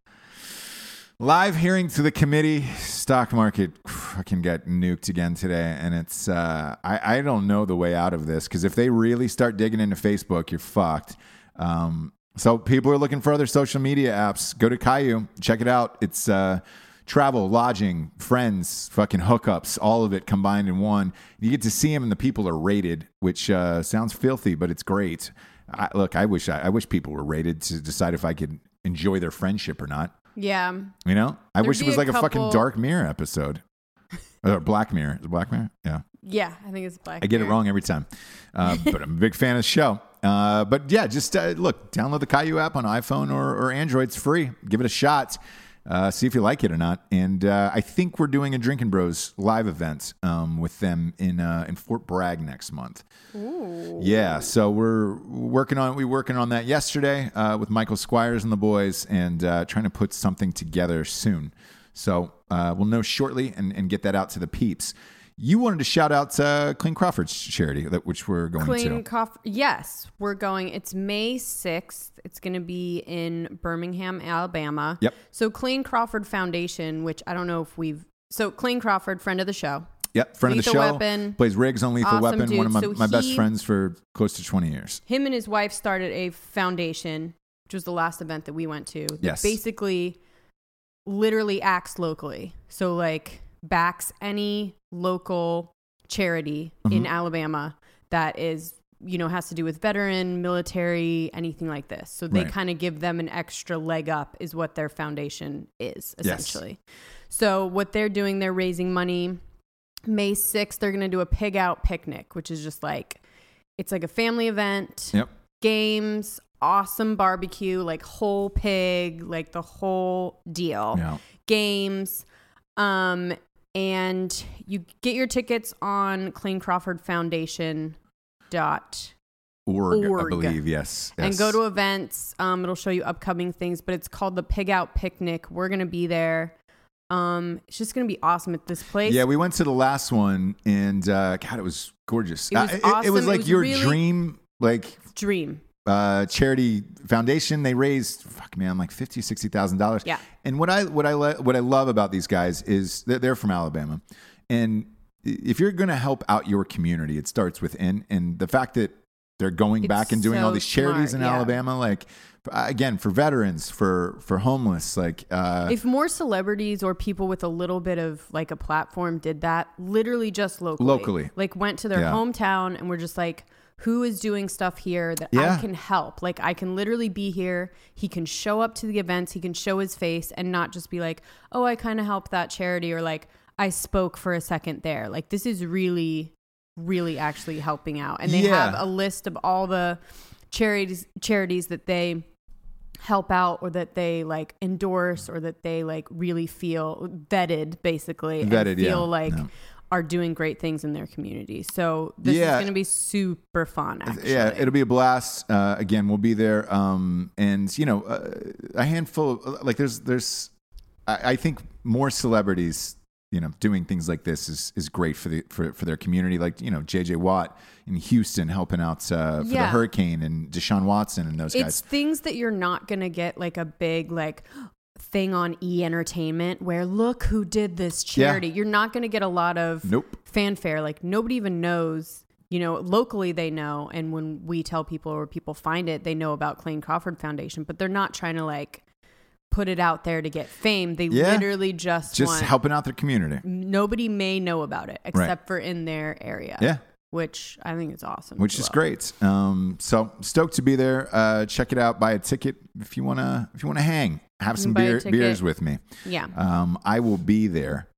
Speaker 1: live hearing to the committee. Stock market fucking got nuked again today, and it's uh, I I don't know the way out of this because if they really start digging into Facebook, you're fucked. Um, so people are looking for other social media apps. Go to Caillou, check it out. It's uh, travel, lodging, friends, fucking hookups, all of it combined in one. You get to see them, and the people are rated, which uh, sounds filthy, but it's great. I, look, I wish I, I wish people were rated to decide if I could enjoy their friendship or not.
Speaker 3: yeah, um,
Speaker 1: You know, I wish it
Speaker 3: be
Speaker 1: was
Speaker 3: a
Speaker 1: like a fucking
Speaker 3: couple-
Speaker 1: Dark Mirror episode or Black Mirror. Is it Black Mirror? Yeah,
Speaker 3: yeah. I think it's black.
Speaker 1: I get it
Speaker 3: Mirror.
Speaker 1: wrong every time, uh, but I'm a big fan of the show. Uh, but yeah, just uh, look, download the Caillou app on iPhone or, or Android. It's free. Give it a shot. Uh, see if you like it or not. And uh, I think we're doing a Drinking Bros live event um, with them in uh, in Fort Bragg next month. Yeah, so we're working on we were working on that yesterday uh, with Michael Squires and the boys, and uh, trying to put something together soon. So uh, we'll know shortly and, and get that out to the peeps. You wanted to shout out uh, Clean Crawford's charity, that which we're going
Speaker 3: Clean
Speaker 1: to.
Speaker 3: cough. Yes, we're going. It's May 6th. It's going to be in Birmingham, Alabama.
Speaker 1: Yep.
Speaker 3: So, Clean Crawford Foundation, which I don't know if we've. So, Clean Crawford, friend of the show.
Speaker 1: Yep, friend
Speaker 3: Lethal
Speaker 1: of the show,
Speaker 3: Weapon.
Speaker 1: plays Riggs on Lethal
Speaker 3: Awesome
Speaker 1: Weapon. One of my,
Speaker 3: dude. So
Speaker 1: my best
Speaker 3: he-
Speaker 1: friends for close to twenty years.
Speaker 3: Him and his wife started a foundation, which was the last event that we went to. that
Speaker 1: Yes.
Speaker 3: Basically, literally acts locally. So, like, backs any local charity in
Speaker 1: Mm-hmm.
Speaker 3: Alabama that is, you know, has to do with veteran, military, anything like this. So they
Speaker 1: Right.
Speaker 3: kind of give them an extra leg up, is what their foundation is,
Speaker 1: Yes.
Speaker 3: essentially. So, what they're doing, they're raising money May 6th, they're going to do a pig out picnic, which is just like, it's like a family event,
Speaker 1: Yep.
Speaker 3: games, awesome barbecue, like whole pig, like the whole deal.
Speaker 1: Yeah.
Speaker 3: Games. Um, and you get your tickets on Clayne Crawford Foundation dot
Speaker 1: Org,
Speaker 3: Org.
Speaker 1: I believe. Yes.
Speaker 3: and go to events. Um, it'll show you upcoming things, but it's called the Pig Out Picnic. We're gonna be there. Um, it's just gonna be awesome at this place.
Speaker 1: Yeah, we went to the last one, and uh, God, it was gorgeous.
Speaker 3: It was
Speaker 1: Uh, it,
Speaker 3: awesome.
Speaker 1: was
Speaker 3: It
Speaker 1: like
Speaker 3: was
Speaker 1: your
Speaker 3: really-
Speaker 1: dream, like
Speaker 3: dream.
Speaker 1: uh, charity foundation. They raised fuck man like fifty sixty thousand dollars.
Speaker 3: Yeah.
Speaker 1: And what I what I lo- what I love about these guys is that they're from Alabama, and if you're going to help out your community, it starts within. And the fact that they're going
Speaker 3: It's
Speaker 1: back and doing all
Speaker 3: so
Speaker 1: these charities
Speaker 3: smart,
Speaker 1: in
Speaker 3: yeah.
Speaker 1: Alabama, like uh, again for veterans, for for homeless, like uh,
Speaker 3: If more celebrities or people with a little bit of like a platform did that, literally just locally,
Speaker 1: Locally.
Speaker 3: like went to their
Speaker 1: Yeah.
Speaker 3: hometown and were just like, who is doing stuff here that
Speaker 1: Yeah.
Speaker 3: I can help? Like I can literally be here. He can show up to the events. He can show his face and not just be like, oh, I kind of helped that charity or like I spoke for a second there. Like this is really, really actually helping out. And they
Speaker 1: Yeah.
Speaker 3: have a list of all the charities charities that they help out or that they like endorse or that they like really feel vetted basically
Speaker 1: Vetted,
Speaker 3: and
Speaker 1: yeah.
Speaker 3: feel like
Speaker 1: Yeah.
Speaker 3: are doing great things in their community. So this
Speaker 1: Yeah.
Speaker 3: is going to be super fun actually.
Speaker 1: Yeah, it'll be a blast. Uh, again, we'll be there. Um, and you know, uh, a handful of uh, like there's there's, I, I think more celebrities, you know, doing things like this is is great for the for for their community. Like you know, J.J. Watt in Houston helping out uh, for the
Speaker 3: Yeah.
Speaker 1: hurricane, and Deshaun Watson and those
Speaker 3: it's
Speaker 1: guys.
Speaker 3: things that you're not going to get like a big like thing on E Entertainment where look who did this
Speaker 1: Yeah.
Speaker 3: charity. You're not going to get a lot of
Speaker 1: Nope.
Speaker 3: fanfare. Like nobody even knows. You know, locally they know, and when we tell people or people find it, they know about Clayne Crawford Foundation. But they're not trying to like put it out there to get fame. They
Speaker 1: Yeah.
Speaker 3: literally just
Speaker 1: Just
Speaker 3: want
Speaker 1: helping out their community.
Speaker 3: nobody may know about it except for in their area.
Speaker 1: Yeah.
Speaker 3: Which I think is awesome.
Speaker 1: Which is
Speaker 3: as well.
Speaker 1: great. Um, so stoked to be there. Uh, check it out. Buy a ticket if you wanna. If you wanna hang, have some
Speaker 3: Buy a
Speaker 1: beer,
Speaker 3: ticket.
Speaker 1: beers with me.
Speaker 3: Yeah.
Speaker 1: Um, I will be there.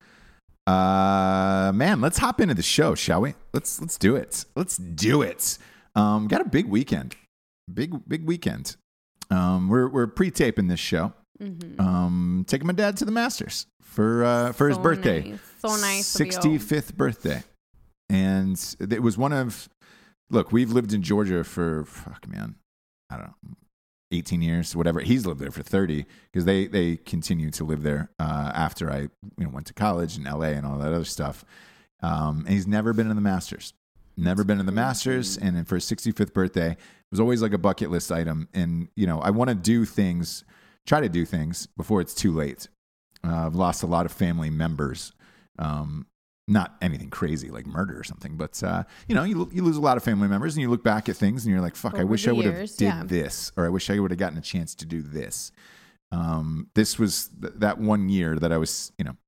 Speaker 1: Uh, man, let's hop into the show, shall we? Let's let's do it. Let's do it. Um, got a big weekend, big big weekend. Um, we're we're pre-taping this show.
Speaker 3: Mm-hmm.
Speaker 1: Um, taking my dad to the Masters for uh, for his
Speaker 3: So
Speaker 1: birthday,
Speaker 3: nice. So nice of you.
Speaker 1: sixty fifth birthday, and it was one of. Look, we've lived in Georgia for fuck, man. I don't know. 18 years, whatever. He's lived there for 30 because they they continue to live there uh, after I you know went to college in LA and all that other stuff. Um, and he's never been in the Masters, never been in the Masters, and then for his 65th birthday, it was always like a bucket list item. And you know, I want to do things, try to do things before it's too late. Uh, I've lost a lot of family members. Um, not anything crazy like murder or something, but uh, you know, you, you lose a lot of family members, and you look back at things, and you're like, "Fuck, I
Speaker 3: Over
Speaker 1: wish
Speaker 3: the
Speaker 1: I would have
Speaker 3: years,
Speaker 1: did
Speaker 3: yeah.
Speaker 1: this, or I wish I would have gotten a chance to do this." Um, this was th- that one year that I was, you know,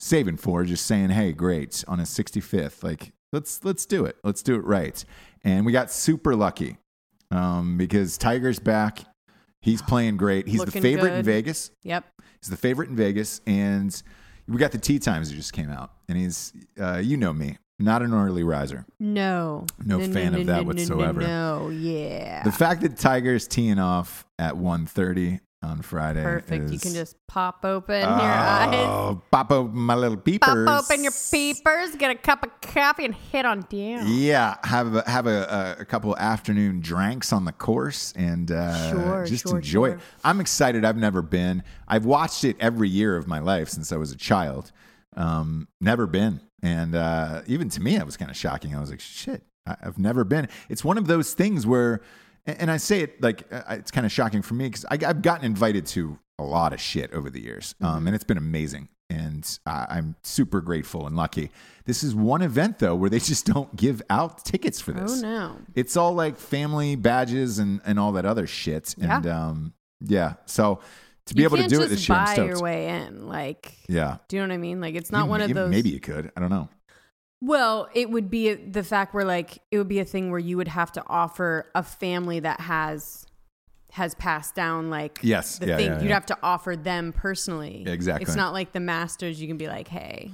Speaker 1: saving for, just saying, "Hey, great!" On his 65th, like let's let's do it, let's do it right, and we got super lucky um, because Tiger's back. He's playing great. He's the
Speaker 3: Looking
Speaker 1: favorite in
Speaker 3: good.
Speaker 1: Vegas.
Speaker 3: Yep.
Speaker 1: He's the favorite in Vegas, and we got the tea times that just came out, and he's uh, you know me, not an early riser.
Speaker 3: No.
Speaker 1: No fan of that whatsoever.
Speaker 3: No, yeah.
Speaker 1: The fact that Tiger's teeing off at 1.30 on Friday,
Speaker 3: Perfect. You
Speaker 1: is- Ah.
Speaker 3: can just pop open your eyes.
Speaker 1: oh, pop open my little peepers,
Speaker 3: Pop open your peepers, get a cup of coffee, and hit on down.
Speaker 1: Yeah, have a, have a, a, a couple afternoon drinks on the course and uh,
Speaker 3: Sure,
Speaker 1: just
Speaker 3: sure,
Speaker 1: enjoy it.
Speaker 3: sure.
Speaker 1: I'm excited. I've never been. I've watched it every year of my life since I was a child. Um, never been, and uh, even to me, that was kind of shocking. I was like, shit, I, I've never been. It's one of those things where, and, and I say it like uh, it's kind of shocking for me because I've gotten invited to a lot of shit over the years, um, and it's been amazing and I- I'm super grateful and lucky. This is one event though where they just don't give out tickets for this.
Speaker 3: Oh, no.
Speaker 1: It's all like family badges and and all that other shit. And um, yeah. So to be
Speaker 3: you
Speaker 1: able to
Speaker 3: can't
Speaker 1: do
Speaker 3: just
Speaker 1: it this year, I'm
Speaker 3: buy
Speaker 1: stoked.
Speaker 3: your way in. Like,
Speaker 1: Yeah.
Speaker 3: do you know what I mean? Like, it's not
Speaker 1: You-
Speaker 3: one of
Speaker 1: you-
Speaker 3: those.
Speaker 1: Maybe you could. I don't know.
Speaker 3: Well, it would be the fact where like it would be a thing where you would have to offer a family that has has passed down like
Speaker 1: Yes,
Speaker 3: the
Speaker 1: yeah,
Speaker 3: thing
Speaker 1: yeah,
Speaker 3: you'd
Speaker 1: yeah.
Speaker 3: have to offer them personally.
Speaker 1: Exactly.
Speaker 3: It's not like the masters you can be like, "Hey."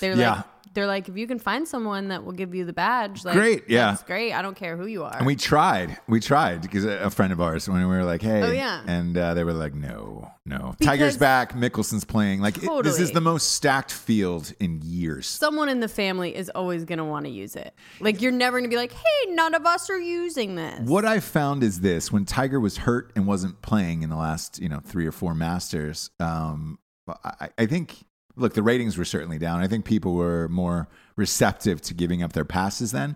Speaker 3: They're
Speaker 1: Yeah.
Speaker 3: like They're like, if you can find someone that will give you the badge, like,
Speaker 1: Great, yeah.
Speaker 3: that's great. I don't care who you are.
Speaker 1: And we tried. We tried because a a friend of ours, when we were like, hey.
Speaker 3: Oh, yeah.
Speaker 1: And uh, they were like, no, no. Tiger's back. Mickelson's playing. Like, it- this is
Speaker 3: Totally.
Speaker 1: the most stacked field in years.
Speaker 3: someone in the family is always going to want to use it. Like you're never going to be like, "Hey, none of us are using this."
Speaker 1: What I found is this: when Tiger was hurt and wasn't playing in the last, you know, three or four Masters, um, I, I think look, the ratings were certainly down. I think people were more receptive to giving up their passes then,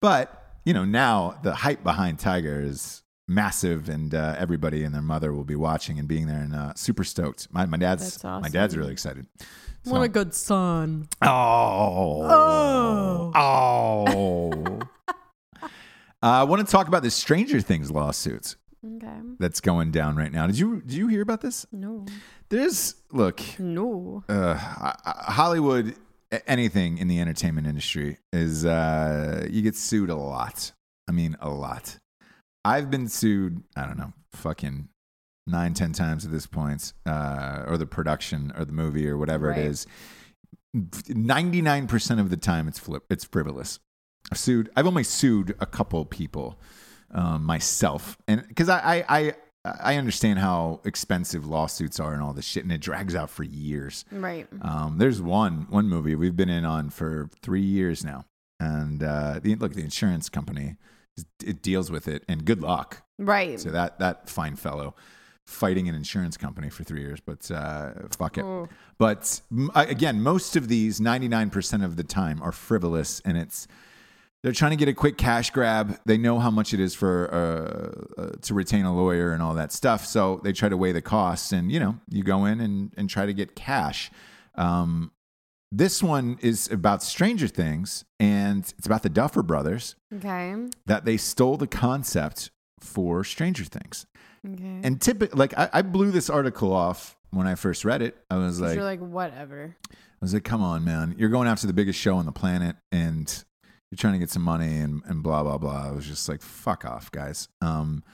Speaker 1: but you know, now the hype behind Tiger is massive, and uh, everybody and their mother will be watching and being there and uh, super stoked. My, my dad's
Speaker 3: That's awesome.
Speaker 1: my dad's really excited.
Speaker 3: What a good son.
Speaker 1: Oh. Oh. Uh, I want to talk about the Stranger Things lawsuits
Speaker 3: Okay.
Speaker 1: that's going down right now. Did you did you hear about this?
Speaker 3: No.
Speaker 1: There's look,
Speaker 3: No.
Speaker 1: uh, I- I- Hollywood, a- anything in the entertainment industry is uh, you get sued a lot. I mean, a lot. I've been sued. I don't know, fucking nine, ten times at this point, uh, or the production, or the movie, or whatever
Speaker 3: Right.
Speaker 1: it is. Ninety-nine percent of the time, it's flip. It's frivolous. I've sued. I've only sued a couple people um, myself, and because I, I, I, I understand how expensive lawsuits are and all this shit, and it drags out for years.
Speaker 3: Right.
Speaker 1: Um, there's one one movie we've been in on for three years now, and uh, the, look, the insurance company it deals with it, and good luck.
Speaker 3: Right.
Speaker 1: So that that fine fellow fighting an insurance company for three years, but uh, fuck it.
Speaker 3: Oh.
Speaker 1: But m- I- again, most of these, ninety nine percent of the time, are frivolous, and it's they're trying to get a quick cash grab. They know how much it is for uh, uh, to retain a lawyer and all that stuff, so they try to weigh the costs. And you know, you go in and and try to get cash. Um, this one is about Stranger Things, and it's about the Duffer Brothers
Speaker 3: Okay.
Speaker 1: that they stole the concept for Stranger Things.
Speaker 3: Okay.
Speaker 1: And typically, like I, I blew this article off when I first read it. I was
Speaker 3: 'Cause
Speaker 1: like,
Speaker 3: you're like whatever.
Speaker 1: I was like, come on, man, you're going after the biggest show on the planet, and you're trying to get some money and, and blah blah blah. I was just like, fuck off, guys. Um,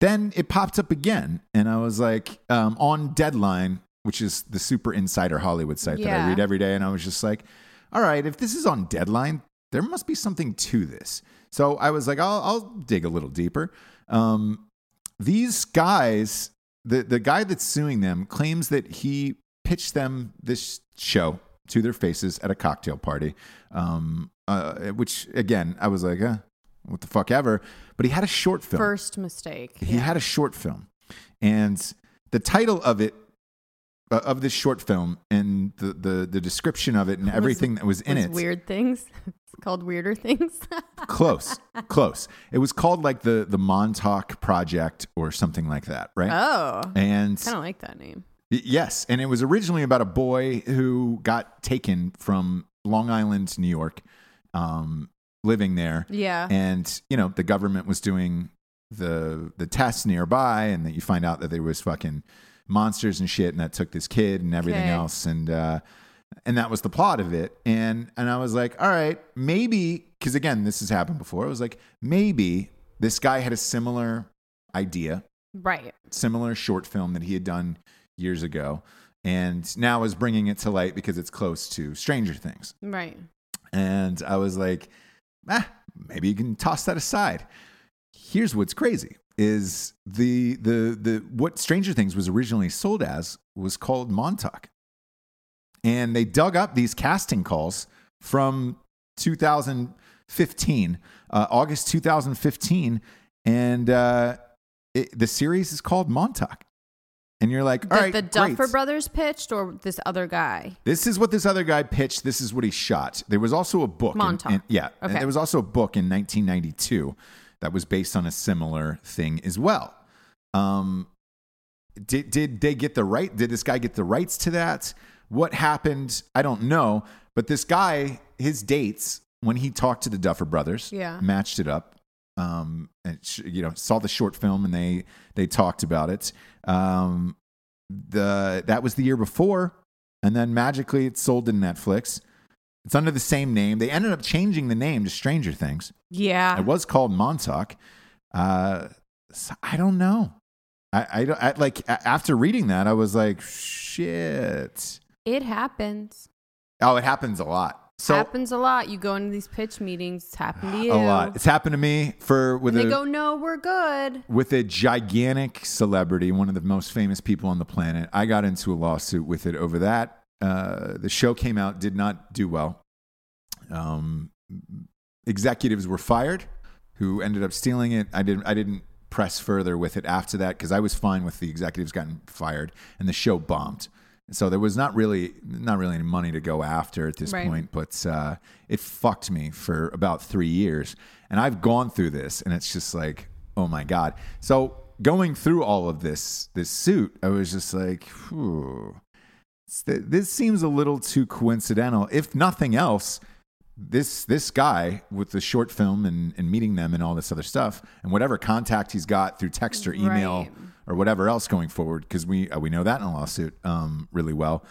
Speaker 1: then it popped up again, and I was like, um, on Deadline, which is the super insider Hollywood site that I
Speaker 3: Yeah.
Speaker 1: read every day, and I was just like, all right, if this is on Deadline, there must be something to this. So I was like, I'll, I'll dig a little deeper. Um, these guys, the the guy that's suing them claims that he pitched them this show to their faces at a cocktail party, um, uh, which again I was like, uh, what the fuck ever. But he had a short film.
Speaker 3: First mistake.
Speaker 1: he had a short film, and the title of it. Uh, of this short film and the, the, the description of it and everything that was in
Speaker 3: Was
Speaker 1: it
Speaker 3: Weird things. it's called weirder things.
Speaker 1: close close it was called like the the montauk project or something like that right
Speaker 3: oh.
Speaker 1: and
Speaker 3: Kind of like that name.
Speaker 1: Y- Yes, and it was originally about a boy who got taken from Long Island, New York, um, living there,
Speaker 3: Yeah.
Speaker 1: and you know the government was doing the the tests nearby, and that you find out that there was fucking monsters and shit, and that took this kid and everything
Speaker 3: Okay.
Speaker 1: else, and uh, and that was the plot of it, and and I was like, all right, maybe because again, this has happened before. I was like, maybe this guy had a similar idea
Speaker 3: right.
Speaker 1: similar short film that he had done years ago and now is bringing it to light because it's close to Stranger Things.
Speaker 3: Right.
Speaker 1: And I was like, ah, maybe you can toss that aside. Here's what's crazy is the the the what Stranger Things was originally sold as was called Montauk. And they dug up these casting calls from 2015, uh, August 2015, and uh, it, the series is called Montauk. And you're like, all
Speaker 3: That
Speaker 1: right,
Speaker 3: the Duffer
Speaker 1: great.
Speaker 3: Brothers pitched or this other guy?
Speaker 1: This is what this other guy pitched. This is what he shot. There was also a book. in-
Speaker 3: Montauk.
Speaker 1: in- yeah. and
Speaker 3: Okay.
Speaker 1: There was also a book in 1992 that was based on a similar thing as well. Um, did, did they get the right? Did this guy get the rights to that? What happened? I don't know. But this guy, his dates, when he talked to the Duffer brothers,
Speaker 3: Yeah.
Speaker 1: matched it up. Um, and sh- you know, saw the short film and they they talked about it. Um, the that was the year before, and then magically it sold to Netflix. It's under the same name. They ended up changing the name to Stranger Things.
Speaker 3: Yeah.
Speaker 1: It was called Montauk. Uh, so I don't know. I, I, don't- I like a- after reading that, I was like, shit.
Speaker 3: It happens.
Speaker 1: Oh, it happens a lot. So
Speaker 3: happens a lot. You go into these pitch meetings. It's happened to you.
Speaker 1: a lot. It's happened to me for with a
Speaker 3: And they go, no, we're good.
Speaker 1: with a gigantic celebrity, one of the most famous people on the planet. I got into a lawsuit with it over that. Uh, the show came out, did not do well. Um, executives were fired who ended up stealing it. I didn't. I didn't press further with it after that because I was fine with the executives gotten fired and the show bombed. So there was not really not really any money to go after at this
Speaker 3: Right.
Speaker 1: point, but uh, it fucked me for about three years, and I've gone through this, and it's just like, oh my god. So going through all of this this suit, I was just like, Phew, it's- th- this seems a little too coincidental. If nothing else, this this guy with the short film and, and meeting them and all this other stuff and whatever contact he's got through text or email
Speaker 3: Right.
Speaker 1: or whatever else going forward because we uh, we know that in a lawsuit um, really well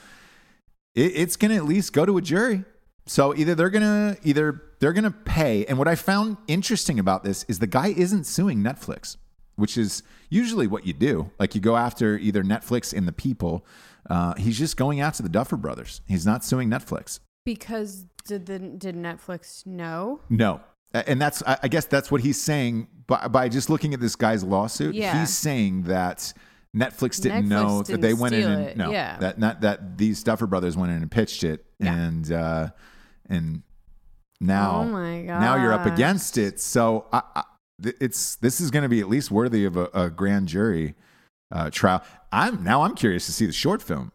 Speaker 1: it, it's gonna at least go to a jury so either they're gonna either they're gonna pay and what i found interesting about this is the guy isn't suing netflix which is usually what you do like you go after either netflix and the people uh, he's just going after the duffer brothers he's not suing netflix
Speaker 3: Because did the, did Netflix know?
Speaker 1: no. A- And that's, I I guess that's what he's saying by, by just looking at this guy's lawsuit.
Speaker 3: Yeah.
Speaker 1: He's saying that Netflix didn't
Speaker 3: Netflix
Speaker 1: know that
Speaker 3: didn't
Speaker 1: they went in
Speaker 3: steal
Speaker 1: and,
Speaker 3: it.
Speaker 1: no,
Speaker 3: Yeah.
Speaker 1: that, not that these Duffer brothers went in and pitched it. And, uh, and now,
Speaker 3: Oh my
Speaker 1: now you're up
Speaker 3: gosh.
Speaker 1: against it. So I, I, th- it's, this is going to be at least worthy of a, a grand jury uh, trial. I'm now I'm curious to see the short film.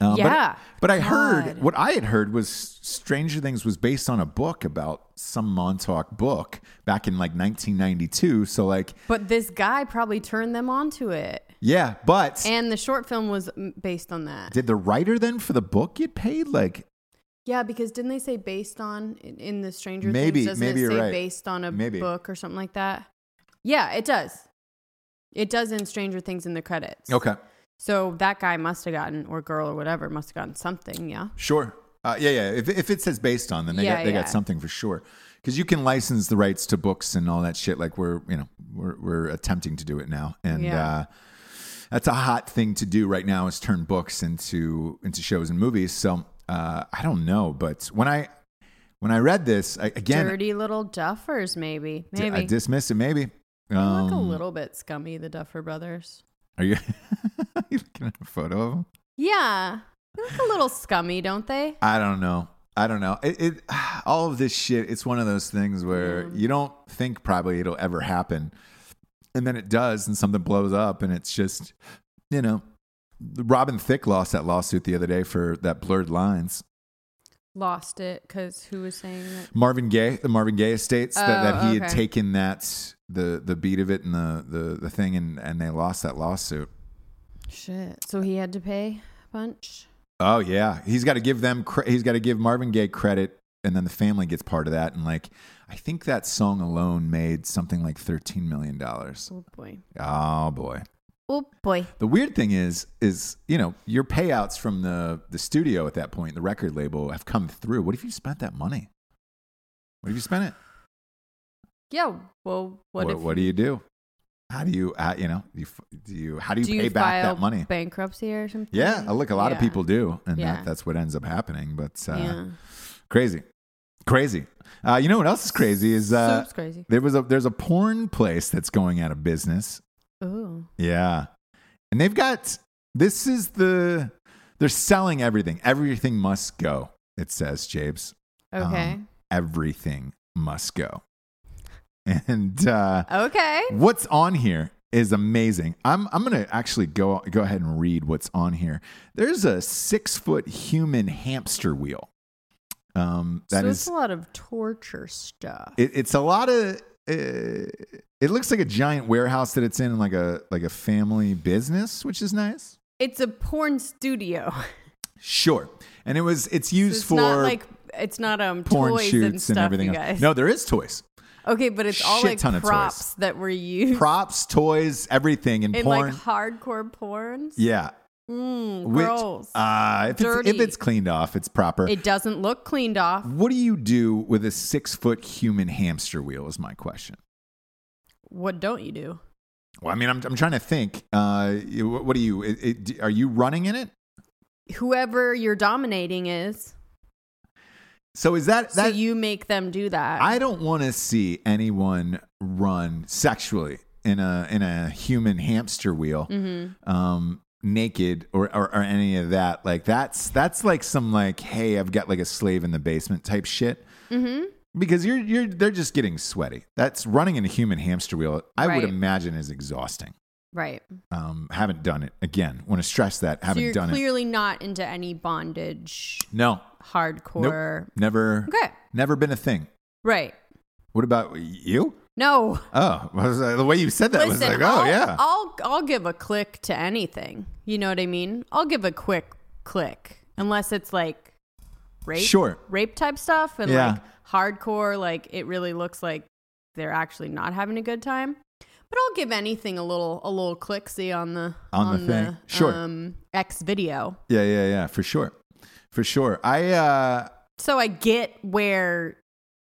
Speaker 1: Uh, but-
Speaker 3: Yeah.
Speaker 1: but, I heard
Speaker 3: God.
Speaker 1: what I had heard was Stranger Things was based on a book about some Montauk book back in like 1992. So like,
Speaker 3: But this guy probably turned them onto it.
Speaker 1: yeah, but
Speaker 3: And the short film was mm, based on that.
Speaker 1: did the writer then for the book get paid? Like
Speaker 3: yeah, because didn't they say based on in, in the Stranger
Speaker 1: Maybe-
Speaker 3: Things? Doesn't
Speaker 1: maybe
Speaker 3: it
Speaker 1: you're
Speaker 3: say
Speaker 1: right.
Speaker 3: based on a
Speaker 1: Maybe.
Speaker 3: book or something like that? Yeah, it does. It does in Stranger Things in the credits.
Speaker 1: okay,
Speaker 3: So that guy must have gotten, or girl or whatever, must have gotten something. Yeah.
Speaker 1: sure, uh, yeah, yeah. If if it says based on, then they
Speaker 3: Yeah,
Speaker 1: got they
Speaker 3: yeah.
Speaker 1: got something for sure. Because you can license the rights to books and all that shit. Like we're you know we're we're attempting to do it now, and
Speaker 3: Yeah.
Speaker 1: uh, that's a hot thing to do right now is turn books into into shows and movies. So uh, I don't know, but when I when I read this I, again,
Speaker 3: Dirty little duffers, maybe.
Speaker 1: d-
Speaker 3: Maybe.
Speaker 1: I dismissed it. Maybe
Speaker 3: They look a
Speaker 1: Um,
Speaker 3: little bit scummy, the Duffer brothers.
Speaker 1: Are you? are you looking at a photo of him?
Speaker 3: Yeah. They look a little scummy, don't they?
Speaker 1: I don't know. I don't know. It, it all of this shit. It's one of those things where you don't think probably it'll ever happen, and then it does, and something blows up, and it's just you know. Robin Thicke lost that lawsuit the other day for that blurred lines.
Speaker 3: Lost it because who was saying that?
Speaker 1: Marvin Gaye, the Marvin Gaye Estates, that, that
Speaker 3: Oh,
Speaker 1: he had
Speaker 3: okay.
Speaker 1: taken that the the beat of it and the the, the thing, and, and they lost that lawsuit.
Speaker 3: Shit. So he had to pay a bunch.
Speaker 1: Oh yeah, he's got to give them. Cre- he's got to give Marvin Gaye credit, and then the family gets part of that. And like, I think that song alone made something like thirteen million dollars.
Speaker 3: Oh boy.
Speaker 1: Oh boy.
Speaker 3: Oh boy.
Speaker 1: The weird thing is, is you know your payouts from the the studio at that point, the record label, have come through. What if you spent that money? What if you spent it?
Speaker 3: Yeah. Well, what,
Speaker 1: What,
Speaker 3: if
Speaker 1: what do you do? How do you uh, you know do you, f- do you how do you
Speaker 3: do
Speaker 1: pay
Speaker 3: you
Speaker 1: back
Speaker 3: file
Speaker 1: that money?
Speaker 3: Bankruptcy or something?
Speaker 1: Yeah, look, a lot of
Speaker 3: Yeah.
Speaker 1: people do, and
Speaker 3: Yeah.
Speaker 1: that, that's what ends up happening. But uh,
Speaker 3: yeah.
Speaker 1: Crazy, crazy. Uh, you know what else is crazy is uh,
Speaker 3: Soup's crazy.
Speaker 1: there was a there's a porn place that's going out of business.
Speaker 3: Ooh.
Speaker 1: Yeah, and they've got this is the they're selling everything. Everything must go. It says Jabes. Um,
Speaker 3: Okay.
Speaker 1: everything must go. And uh,
Speaker 3: okay.
Speaker 1: what's on here is amazing. I'm I'm gonna actually go go ahead and read what's on here. There's a six foot human hamster wheel. Um, that
Speaker 3: so
Speaker 1: is
Speaker 3: it's a lot of torture stuff.
Speaker 1: it, it's a lot of. Uh, it looks like a giant warehouse that it's in, like a like a family business, which is nice.
Speaker 3: It's a porn studio.
Speaker 1: Sure, and it was it's used
Speaker 3: it's
Speaker 1: for
Speaker 3: not like it's not um
Speaker 1: porn
Speaker 3: toys
Speaker 1: shoots
Speaker 3: and stuff,
Speaker 1: everything
Speaker 3: you
Speaker 1: else.
Speaker 3: guys.
Speaker 1: No, there is toys,
Speaker 3: Okay, but it's all
Speaker 1: Shit
Speaker 3: like
Speaker 1: ton of toys.
Speaker 3: props that were used
Speaker 1: props, toys, everything, and
Speaker 3: in
Speaker 1: porn.
Speaker 3: like hardcore porns.
Speaker 1: yeah,
Speaker 3: Mm,
Speaker 1: which,
Speaker 3: gross.
Speaker 1: Uh, if it's, if
Speaker 3: Dirty.
Speaker 1: it's cleaned off, it's proper.
Speaker 3: it doesn't look cleaned off.
Speaker 1: what do you do with a six foot human hamster wheel? Is my question.
Speaker 3: What don't you do?
Speaker 1: Well, I mean, I'm I'm trying to think. Uh, you- what, what do you? It, it, are you running in it?
Speaker 3: Whoever you're dominating is
Speaker 1: So is that
Speaker 3: so
Speaker 1: that
Speaker 3: you make them do that.
Speaker 1: I don't want to see anyone run sexually in a in a human hamster wheel,
Speaker 3: Mm-hmm.
Speaker 1: um, naked or, or or any of that. Like that's that's like some like hey, I've got like a slave in the basement type shit.
Speaker 3: Mm-hmm.
Speaker 1: Because you're you're they're just getting sweaty. That's running in a human hamster wheel. I
Speaker 3: Right.
Speaker 1: would imagine is exhausting.
Speaker 3: right.
Speaker 1: Um, haven't done it again. Want to stress that
Speaker 3: So
Speaker 1: haven't
Speaker 3: you're
Speaker 1: done it.
Speaker 3: clearly not into any bondage
Speaker 1: No,
Speaker 3: hardcore.
Speaker 1: never.
Speaker 3: Okay.
Speaker 1: Never been a thing.
Speaker 3: Right.
Speaker 1: What about you?
Speaker 3: No.
Speaker 1: Oh, I was like- the way you said that was like, oh
Speaker 3: I'll,
Speaker 1: yeah.
Speaker 3: I'll I'll give a click to anything. You know what I mean? I'll give a quick click unless it's like rape,
Speaker 1: Sure.
Speaker 3: rape type stuff, and
Speaker 1: Yeah.
Speaker 3: like hardcore. Like it really looks like they're actually not having a good time. But I'll give anything a little a little clicksy on the
Speaker 1: On the thing. Sure.
Speaker 3: um, X video.
Speaker 1: Yeah, yeah, yeah, for sure. For sure. I uh
Speaker 3: So I get where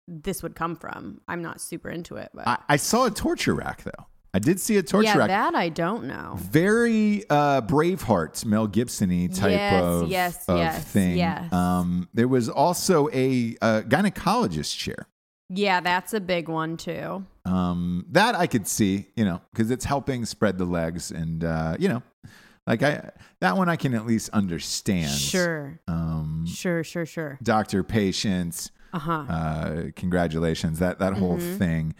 Speaker 3: this would come from. I'm not super into it, but
Speaker 1: I, I saw a torture rack though. I did see a torture
Speaker 3: yeah,
Speaker 1: rack.
Speaker 3: that I don't know.
Speaker 1: Very uh Braveheart, Mel Gibson-y type
Speaker 3: Yes,
Speaker 1: of,
Speaker 3: yes,
Speaker 1: of
Speaker 3: yes,
Speaker 1: thing.
Speaker 3: yes.
Speaker 1: Um there was also a uh, gynecologist chair.
Speaker 3: Yeah, that's a big one too.
Speaker 1: Um that I could see, you know, cuz it's helping spread the legs and uh you know, like I that one I can at least understand.
Speaker 3: Sure.
Speaker 1: Um
Speaker 3: Sure, sure, sure.
Speaker 1: doctor patient
Speaker 3: Uh-huh.
Speaker 1: uh congratulations that that whole thing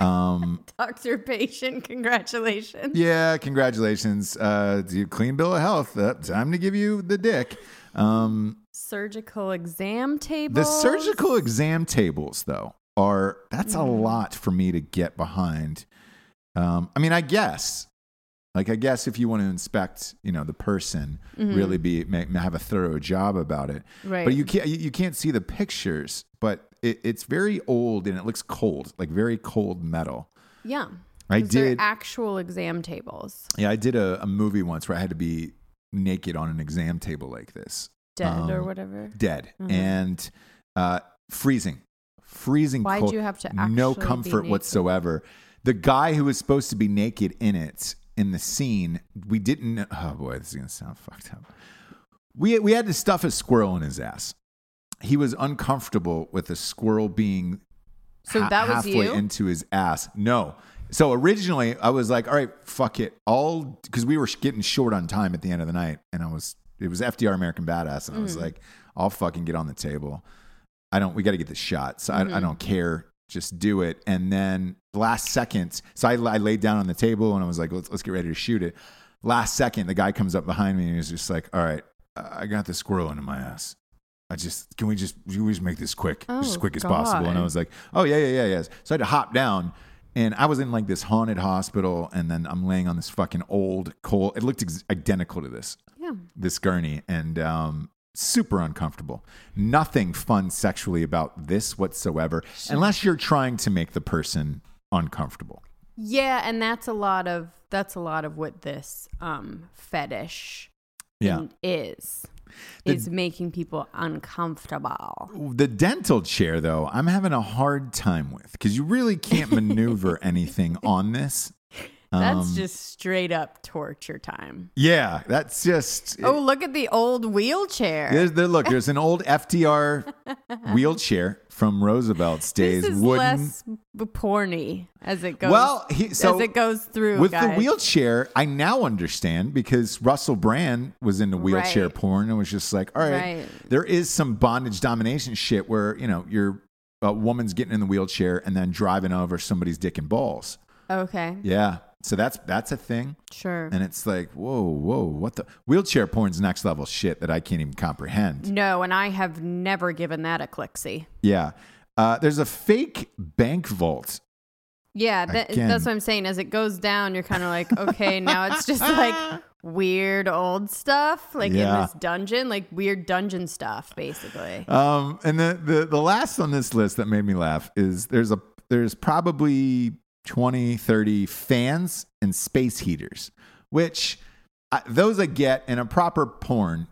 Speaker 1: um
Speaker 3: Doctor patient, congratulations.
Speaker 1: Yeah, congratulations. Uh, do you clean bill of health? Uh, time to give you the dick. Um,
Speaker 3: Surgical exam table.
Speaker 1: the surgical exam tables, though, are that's a lot for me to get behind. Um, I mean, I guess, like, I guess if you want to inspect, you know, the person, really be ma- ma- have a thorough job about it.
Speaker 3: Right.
Speaker 1: But you can't you you can't see the pictures, but it, it's very old and it looks cold, like very cold metal.
Speaker 3: Yeah.
Speaker 1: I
Speaker 3: 'Cause they're
Speaker 1: did.
Speaker 3: actual exam tables.
Speaker 1: Yeah, I did a, a movie once where I had to be naked on an exam table like this,
Speaker 3: Dead or
Speaker 1: Um,
Speaker 3: whatever.
Speaker 1: dead
Speaker 3: Mm-hmm.
Speaker 1: and uh, freezing, freezing.
Speaker 3: Why'd
Speaker 1: cold,
Speaker 3: you have to
Speaker 1: no
Speaker 3: actually be
Speaker 1: comfort
Speaker 3: naked?
Speaker 1: whatsoever? The guy who was supposed to be naked in it in the scene, we didn't. know- Oh boy, this is gonna sound fucked up. We we had to stuff a squirrel in his ass. He was uncomfortable with a squirrel being
Speaker 3: So
Speaker 1: ha-
Speaker 3: that was
Speaker 1: halfway
Speaker 3: you?
Speaker 1: into his ass. No. So originally, I was like, all right, fuck it. All because we were sh- getting short on time at the end of the night, and I was it was FDR American Badass, and I
Speaker 3: Mm.
Speaker 1: was like, I'll fucking get on the table. I don't. We got to get the shot. So
Speaker 3: Mm-hmm.
Speaker 1: I, I don't care. Just do it. And then last second, so I, I laid down on the table and I was like, let's let's get ready to shoot it. Last second, the guy comes up behind me and he's just like, all right, I got the squirrel into my ass. I just can we just can we just make this quick,
Speaker 3: Oh,
Speaker 1: as quick as possible. And I
Speaker 3: God.
Speaker 1: was like, oh yeah, yeah, yeah, yes. So I had to hop down, and I was in like this haunted hospital, and then I'm laying on this fucking old coal. It looked ex- identical to this
Speaker 3: Yeah.
Speaker 1: this gurney and um, super uncomfortable. Nothing fun sexually about this whatsoever, unless you're trying to make the person uncomfortable.
Speaker 3: Yeah, and that's a lot of that's a lot of what this um fetish
Speaker 1: Yeah.
Speaker 3: in- is.
Speaker 1: The-
Speaker 3: is making people uncomfortable.
Speaker 1: The dental chair, though, I'm having a hard time with because you really can't maneuver anything on this.
Speaker 3: That's
Speaker 1: Um,
Speaker 3: just straight up torture time.
Speaker 1: yeah. That's just
Speaker 3: oh, look at the old wheelchair.
Speaker 1: There's, there, look, there's an old FDR wheelchair from Roosevelt's days.
Speaker 3: This is
Speaker 1: wooden.
Speaker 3: less b- porny as it goes.
Speaker 1: Well, he- so
Speaker 3: as it goes through
Speaker 1: with the
Speaker 3: guys.
Speaker 1: wheelchair, I now understand because Russell Brand was into wheelchair
Speaker 3: Right.
Speaker 1: porn and was just like, all right,
Speaker 3: Right.
Speaker 1: there is some bondage domination shit where you know your a woman's getting in the wheelchair and then driving over somebody's dick and balls.
Speaker 3: Okay,
Speaker 1: Yeah, so that's that's a thing.
Speaker 3: sure.
Speaker 1: And it's like, whoa, whoa, what the wheelchair porn's next level shit that I can't even comprehend.
Speaker 3: no, and I have never given that a clicksy.
Speaker 1: Yeah. Uh, there's a fake bank vault.
Speaker 3: Yeah, that,
Speaker 1: Again.
Speaker 3: that's what I'm saying. As it goes down, you're kind of like, okay, now it's just like weird old stuff, like
Speaker 1: Yeah.
Speaker 3: in this dungeon, like weird dungeon stuff, basically.
Speaker 1: Um, and the, the, the last on this list that made me laugh is there's a there's probably 20, 30 fans and space heaters, which I, those I get in a proper porn.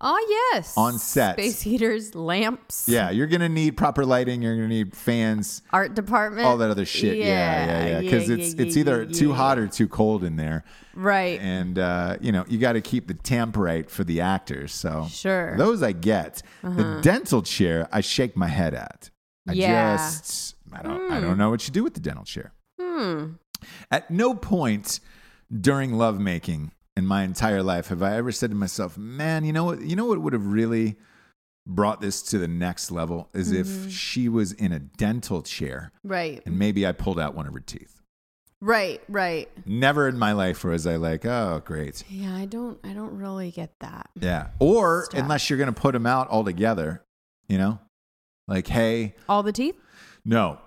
Speaker 3: Oh yes.
Speaker 1: On sets.
Speaker 3: Space heaters, lamps.
Speaker 1: Yeah, you're gonna need proper lighting. You're gonna need fans,
Speaker 3: Art department.
Speaker 1: all that other shit. Yeah, yeah, yeah. Because it's
Speaker 3: yeah,
Speaker 1: it's
Speaker 3: yeah,
Speaker 1: either
Speaker 3: yeah,
Speaker 1: too
Speaker 3: yeah.
Speaker 1: hot or too cold in there,
Speaker 3: Right.
Speaker 1: and uh, you know you got to keep the temp right for the actors. So
Speaker 3: Sure. Uh-huh.
Speaker 1: those I get. The dental chair, I shake my head at. I
Speaker 3: Yeah. Hmm.
Speaker 1: just I don't I don't know what you do with the dental chair. At no point during lovemaking in my entire life have I ever said to myself, "Man, you know what? You know what would have really brought this to the next level is
Speaker 3: Mm-hmm.
Speaker 1: if she was in a dental chair
Speaker 3: Right.
Speaker 1: and maybe I pulled out one of her teeth."
Speaker 3: Right. Right.
Speaker 1: Never in my life was I like, "Oh, great."
Speaker 3: Yeah, I don't I don't really get that.
Speaker 1: Yeah. Or
Speaker 3: Stuff.
Speaker 1: unless you're going to put them out altogether, you know? Like, hey,
Speaker 3: All the teeth?
Speaker 1: no,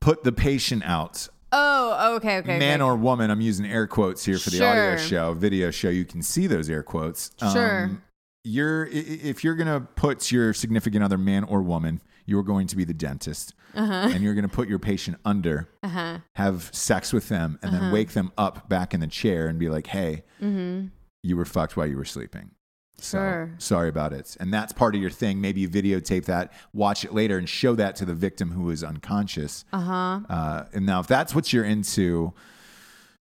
Speaker 1: put the patient out.
Speaker 3: Oh, okay, okay.
Speaker 1: Man
Speaker 3: okay.
Speaker 1: or woman, I'm using air quotes here for the audio
Speaker 3: Sure.
Speaker 1: show, video show. You can see those air quotes. Um,
Speaker 3: Sure.
Speaker 1: You're i- i- if you're gonna put your significant other, man or woman, you're going to be the dentist, and you're gonna put your patient under,
Speaker 3: uh-huh.
Speaker 1: have sex with them, and then wake them up back in the chair and be like, "Hey,
Speaker 3: Mhm.
Speaker 1: you were fucked while you were sleeping. So,
Speaker 3: Sure.
Speaker 1: Sorry about it. And that's part of your thing. Maybe you videotape that, watch it later, and show that to the victim who is unconscious.
Speaker 3: Uh-huh.
Speaker 1: Uh, and now, if that's what you're into,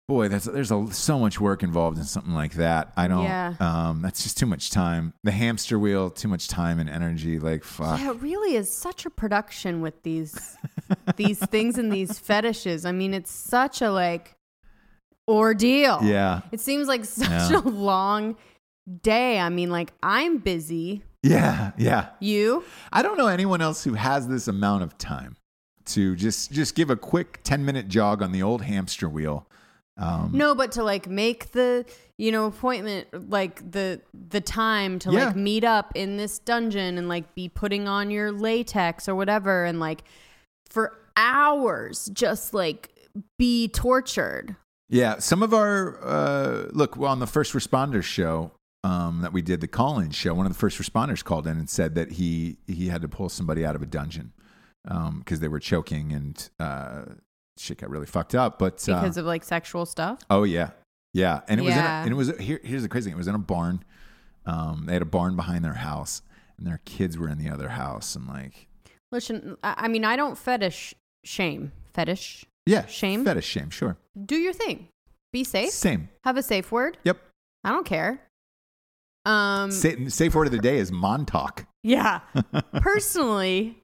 Speaker 1: boy, that's there's a, so much work involved in something like that. I don't.
Speaker 3: Yeah.
Speaker 1: Um, that's just too much time. The hamster wheel, too much time and energy. Like fuck.
Speaker 3: Yeah, it really is such a production with these these things and these fetishes. I mean, it's such a like ordeal.
Speaker 1: Yeah.
Speaker 3: It seems like such
Speaker 1: Yeah.
Speaker 3: a long day. I mean, like I'm busy.
Speaker 1: Yeah. Yeah.
Speaker 3: You?
Speaker 1: I don't know anyone else who has this amount of time to just just give a quick ten minute jog on the old hamster wheel. Um,
Speaker 3: No, but to like make the you know appointment like the the time to
Speaker 1: Yeah.
Speaker 3: like meet up in this dungeon and like be putting on your latex or whatever and like for hours just like be tortured.
Speaker 1: Yeah, some of our uh, look well on the first responders show um, that we did the call-in show. One of the first responders called in and said that he he had to pull somebody out of a dungeon because they were choking and uh, shit got really fucked up. But uh,
Speaker 3: because of like sexual stuff.
Speaker 1: oh yeah, yeah, and it was in a,
Speaker 3: Yeah.
Speaker 1: and it was here, here's the crazy thing. It was in a barn. Um, they had a barn behind their house, and their kids were in the other house, and like
Speaker 3: Listen, I I mean, I don't fetish shame. Fetish.
Speaker 1: yeah,
Speaker 3: Shame?
Speaker 1: that is shame, sure,
Speaker 3: Do your thing. Be safe.
Speaker 1: same,
Speaker 3: Have a safe word.
Speaker 1: yep.
Speaker 3: I don't care. Um.
Speaker 1: Sa- safe word of the day is Montauk.
Speaker 3: yeah. Personally,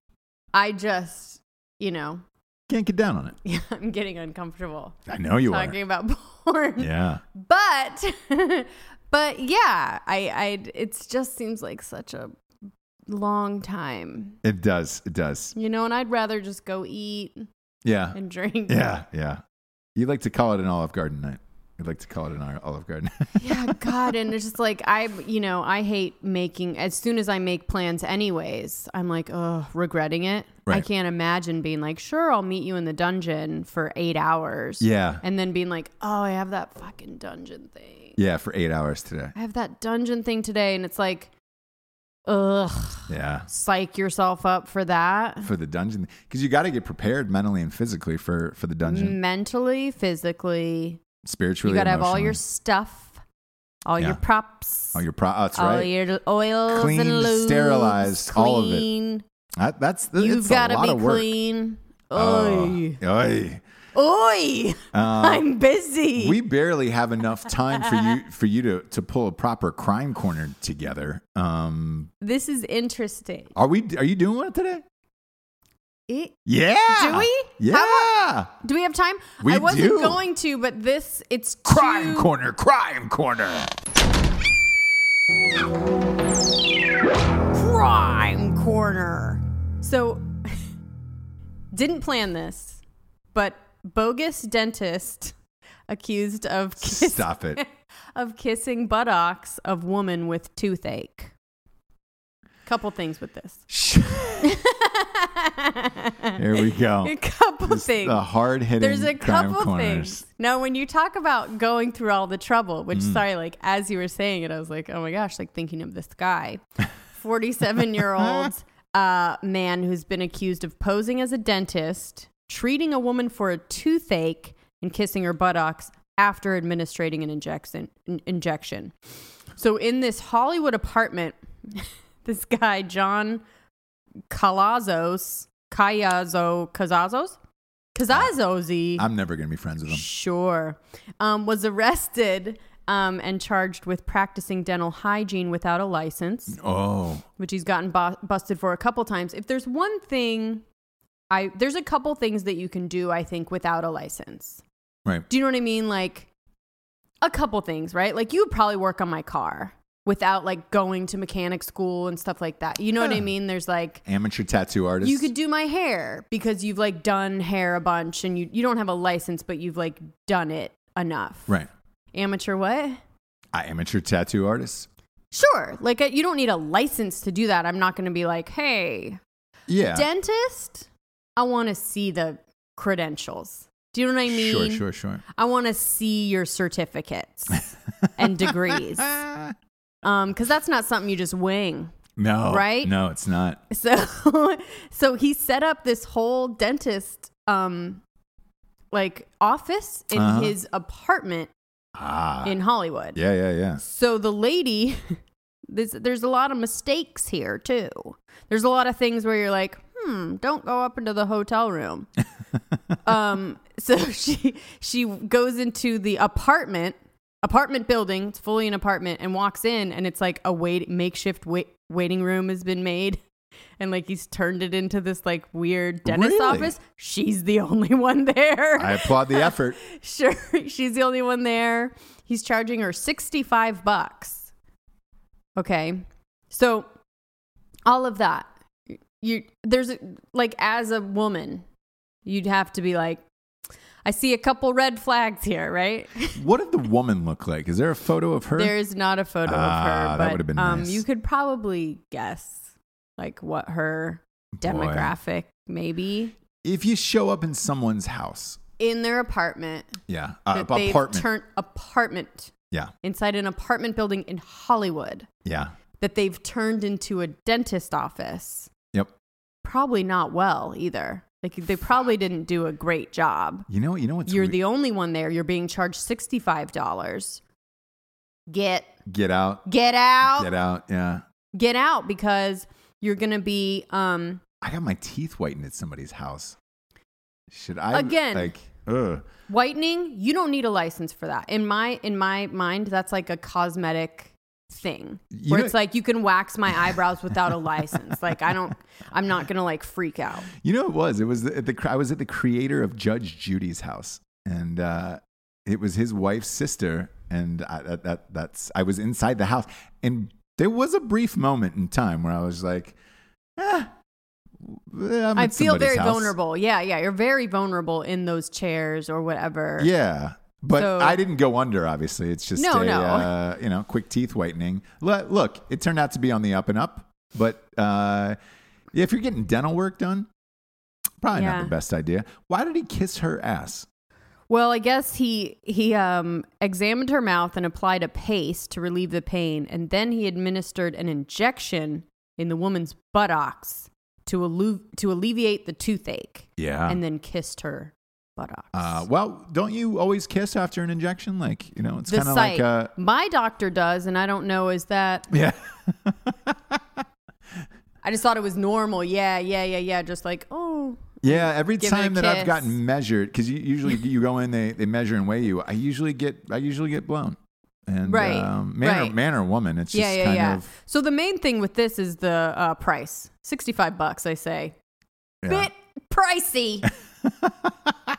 Speaker 3: I just you know
Speaker 1: Can't get down on it.
Speaker 3: yeah, I'm getting uncomfortable
Speaker 1: I know you are.
Speaker 3: talking about porn.
Speaker 1: Yeah.
Speaker 3: But but yeah, I I it just seems like such a long time.
Speaker 1: It does. It does.
Speaker 3: You know, and I'd rather just go eat
Speaker 1: Yeah.
Speaker 3: and drink.
Speaker 1: Yeah. Yeah. You like to call it an Olive Garden night. You like to call it an Ar- Olive Garden.
Speaker 3: yeah god and it's just like i you know i hate making as soon as i make plans anyways i'm like oh regretting it i
Speaker 1: Right.
Speaker 3: can't imagine being like sure i'll meet you in the dungeon for eight hours
Speaker 1: yeah.
Speaker 3: and then being like oh i have that fucking dungeon thing
Speaker 1: Yeah. For eight hours today.
Speaker 3: i have that dungeon thing today and it's like ugh
Speaker 1: Yeah.
Speaker 3: psych yourself up for that
Speaker 1: For the dungeon, because you got to get prepared mentally and physically for for the dungeon,
Speaker 3: mentally physically
Speaker 1: spiritually.
Speaker 3: Mm. you gotta have all your
Speaker 1: emotionally.
Speaker 3: stuff all
Speaker 1: Yeah.
Speaker 3: your props
Speaker 1: all your pro. oh, that's
Speaker 3: all
Speaker 1: right.
Speaker 3: your oils
Speaker 1: Cleaned,
Speaker 3: and lubes,
Speaker 1: sterilized, all of it.
Speaker 3: clean.
Speaker 1: That- that's the,
Speaker 3: You've
Speaker 1: it's
Speaker 3: got
Speaker 1: a
Speaker 3: to
Speaker 1: lot
Speaker 3: be
Speaker 1: of work.
Speaker 3: clean.
Speaker 1: Oh.
Speaker 3: Oi,
Speaker 1: Oy.
Speaker 3: oi!
Speaker 1: Uh,
Speaker 3: I'm busy.
Speaker 1: we barely have enough time for you for you to to pull a proper crime corner together. Um,
Speaker 3: this is interesting.
Speaker 1: are we? Are you doing one today?
Speaker 3: It-
Speaker 1: Yeah.
Speaker 3: Do we?
Speaker 1: Yeah.
Speaker 3: do we have time?
Speaker 1: We
Speaker 3: I wasn't
Speaker 1: do.
Speaker 3: going to, but this it's
Speaker 1: Crime
Speaker 3: too-
Speaker 1: Corner, Crime Corner.
Speaker 3: crime corner. So, didn't plan this, but bogus dentist accused of kiss-
Speaker 1: Stop it.
Speaker 3: of kissing buttocks of woman with toothache. Couple things with this.
Speaker 1: Here we go.
Speaker 3: A couple
Speaker 1: Oh, This-
Speaker 3: things.
Speaker 1: The hard hitting.
Speaker 3: There's a
Speaker 1: crime
Speaker 3: couple
Speaker 1: corners. Mm.
Speaker 3: things. Now, when you talk about going through all the trouble, which sorry, like as you were saying it, I was like, oh my gosh, like thinking of this guy, 47 year old uh, man who's been accused of posing as a dentist, treating a woman for a toothache, and kissing her buttocks after administering an injection. An injection. So in this Hollywood apartment, this guy John Calazos, Kayazo, Kazazos, Kazazosi.
Speaker 1: I'm never going to be friends with him.
Speaker 3: Sure. Um, was arrested um, and charged with practicing dental hygiene without a license,
Speaker 1: Oh,
Speaker 3: which he's gotten bu- busted for a couple times. If there's one thing, I there's a couple things that you can do, I think, without a license.
Speaker 1: right.
Speaker 3: Do you know what I mean? Like a couple things, right? Like you would probably work on my car without like going to mechanic school and stuff like that. You know what I
Speaker 1: Yeah.
Speaker 3: mean? There's like
Speaker 1: Amateur tattoo artist.
Speaker 3: you could do my hair because you've like done hair a bunch and you you don't have a license but you've like done it enough.
Speaker 1: right.
Speaker 3: Amateur what?
Speaker 1: I amateur tattoo artist.
Speaker 3: Sure. Like uh, you don't need a license to do that. I'm not going to be like, "Hey,
Speaker 1: Yeah.
Speaker 3: dentist, I want to see the credentials." Do you know what I mean?
Speaker 1: Sure, sure, sure.
Speaker 3: I want to see your certificates and degrees. Um, cuz that's not something you just wing.
Speaker 1: Ah. No.
Speaker 3: Right?
Speaker 1: No, it's not.
Speaker 3: So so he set up this whole dentist um like office in
Speaker 1: Uh-huh.
Speaker 3: his apartment
Speaker 1: Ah.
Speaker 3: in Hollywood.
Speaker 1: yeah, yeah, yeah.
Speaker 3: So the lady this, there's a lot of mistakes here too. There's a lot of things where you're like, "Hmm, don't go up into the hotel room." um so she she goes into the apartment apartment building, it's fully an apartment and walks in and it's like a wait makeshift wait, waiting room has been made. And like he's turned it into this like weird dentist
Speaker 1: Really?
Speaker 3: office. She's the only one there
Speaker 1: I applaud the effort.
Speaker 3: sure she's the only one there he's charging her 65 bucks okay so all of that you there's a- like as a woman you'd have to be like i see a couple red flags here right
Speaker 1: What did the woman look like? Is there a photo of her?
Speaker 3: there's not a photo
Speaker 1: Ah,
Speaker 3: of her
Speaker 1: that
Speaker 3: but
Speaker 1: would've been
Speaker 3: um
Speaker 1: nice.
Speaker 3: you could probably guess like what her demographic maybe
Speaker 1: if you show up in someone's house,
Speaker 3: in their apartment
Speaker 1: yeah, uh,
Speaker 3: that they've
Speaker 1: apartment,
Speaker 3: turned apartment
Speaker 1: yeah,
Speaker 3: inside an apartment building in Hollywood
Speaker 1: yeah,
Speaker 3: that they've turned into a dentist office.
Speaker 1: yep.
Speaker 3: Probably not well either. Like they probably didn't do a great job.
Speaker 1: You know, you know what's
Speaker 3: You're
Speaker 1: re-
Speaker 3: the only one there. You're being charged $65. Get
Speaker 1: get out,
Speaker 3: get out.
Speaker 1: get out, yeah.
Speaker 3: Get out because you're going to be um
Speaker 1: I got my teeth whitened at somebody's house. Should I
Speaker 3: Again.
Speaker 1: Like, ugh.
Speaker 3: whitening. You don't need a license for that. In my in my mind, that's like a cosmetic thing
Speaker 1: You
Speaker 3: where
Speaker 1: know-
Speaker 3: it's like you can wax my eyebrows without a license. Like I don't I'm not going to like freak out.
Speaker 1: You know, it was. It was at the. I was at the creator of Judge Judy's house, and uh, it was his wife's sister. And I, that, that that's. I was inside the house, and there was a brief moment in time where I was like, ah, I'm
Speaker 3: I
Speaker 1: at
Speaker 3: feel
Speaker 1: somebody's
Speaker 3: very
Speaker 1: house."
Speaker 3: vulnerable. Yeah, yeah. You're very vulnerable in those chairs or whatever.
Speaker 1: Yeah. But
Speaker 3: So-
Speaker 1: I didn't go under, obviously. It's just
Speaker 3: No,
Speaker 1: a,
Speaker 3: no.
Speaker 1: Uh, you know, quick teeth whitening. Look, look, it turned out to be on the up and up. But uh, if you're getting dental work done, probably
Speaker 3: Yeah.
Speaker 1: not the best idea. Why did he kiss her ass?
Speaker 3: Well, I guess he he um, examined her mouth and applied a paste to relieve the pain, and then he administered an injection in the woman's buttocks to allu- to alleviate the toothache,
Speaker 1: Yeah.
Speaker 3: and then kissed her buttocks.
Speaker 1: uh, well, don't you always kiss after an injection? Like, you know, it's
Speaker 3: the
Speaker 1: kind of like
Speaker 3: site
Speaker 1: a.
Speaker 3: my doctor does, and I don't know is that
Speaker 1: Yeah.
Speaker 3: I just thought it was normal. Yeah, yeah, yeah, yeah. Just like oh,
Speaker 1: Yeah, every
Speaker 3: Give it a
Speaker 1: time that I've
Speaker 3: kiss.
Speaker 1: gotten measured, because you, usually you go in, they, they measure and weigh you. I usually get I usually get blown, and
Speaker 3: Right,
Speaker 1: um, man, Or,
Speaker 3: right.
Speaker 1: man or woman, it's just
Speaker 3: yeah, yeah,
Speaker 1: kind
Speaker 3: yeah.
Speaker 1: of
Speaker 3: So the main thing with this is the uh, price, sixty-five bucks. I say,
Speaker 1: yeah.
Speaker 3: bit pricey.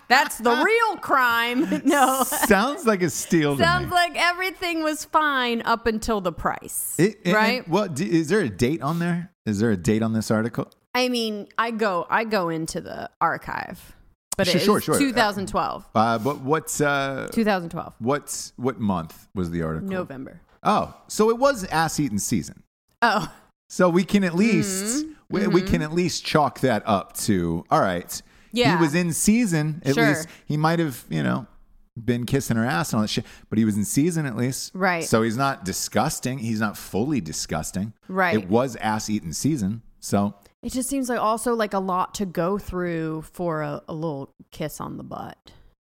Speaker 3: That's the real crime. No,
Speaker 1: sounds like a steal. to
Speaker 3: sounds
Speaker 1: me.
Speaker 3: like everything was fine up until the price,
Speaker 1: It- it-
Speaker 3: right?
Speaker 1: It, well, d- is there a date on there? Is there a date on this article?
Speaker 3: I mean, I go, I go into the archive, but
Speaker 1: Sure,
Speaker 3: it's
Speaker 1: sure, sure.
Speaker 3: 2012,
Speaker 1: Uh, but what's uh,
Speaker 3: 2012,
Speaker 1: what's what month was the article?
Speaker 3: November.
Speaker 1: Oh, so it was ass eating season.
Speaker 3: Oh,
Speaker 1: So we can at least
Speaker 3: Mm-hmm.
Speaker 1: we, we can at least chalk that up to all right.
Speaker 3: Yeah.
Speaker 1: he was in season at
Speaker 3: Sure.
Speaker 1: least. He might have you know been kissing her ass and all that shit, but he was in season at least.
Speaker 3: Right.
Speaker 1: So he's not disgusting. He's not fully disgusting.
Speaker 3: Right.
Speaker 1: It was ass eating season. So
Speaker 3: it just seems like also like a lot to go through for a, a little kiss on the butt.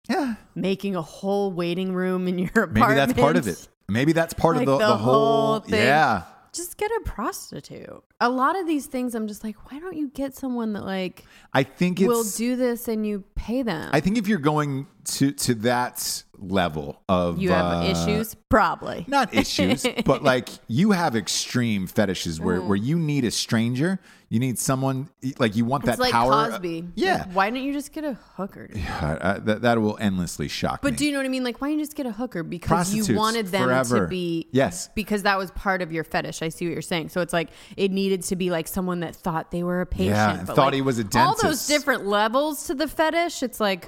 Speaker 1: yeah,
Speaker 3: making a whole waiting room in your apartment.
Speaker 1: Maybe that's part of it. Maybe that's part
Speaker 3: Like
Speaker 1: of the,
Speaker 3: the
Speaker 1: the, whole,
Speaker 3: whole thing.
Speaker 1: Yeah.
Speaker 3: just get a prostitute. A lot of these things, I'm just like, why don't you get someone that like
Speaker 1: I think it's
Speaker 3: will do this and you pay them?
Speaker 1: I think if you're going to to that level of
Speaker 3: you have
Speaker 1: uh,
Speaker 3: issues, probably.
Speaker 1: not issues, but like you have extreme fetishes
Speaker 3: Mm.
Speaker 1: where, where you need a stranger, you need someone like you want
Speaker 3: it's
Speaker 1: that
Speaker 3: like
Speaker 1: power. uh,
Speaker 3: Cosby.
Speaker 1: Yeah,
Speaker 3: Like, why don't you just get a hooker?
Speaker 1: God, I- that that will endlessly shock me.
Speaker 3: But do you know what I mean? Like, why don't you just get a hooker? Because
Speaker 1: Prostitutes
Speaker 3: you wanted them
Speaker 1: forever.
Speaker 3: to be
Speaker 1: Yes.
Speaker 3: Because that was part of your fetish. I see what you're saying. So it's like it needed to be like someone that thought they were a patient.
Speaker 1: and
Speaker 3: but,
Speaker 1: thought
Speaker 3: like,
Speaker 1: he was a
Speaker 3: All those
Speaker 1: dentist.
Speaker 3: different levels to the fetish. It's like,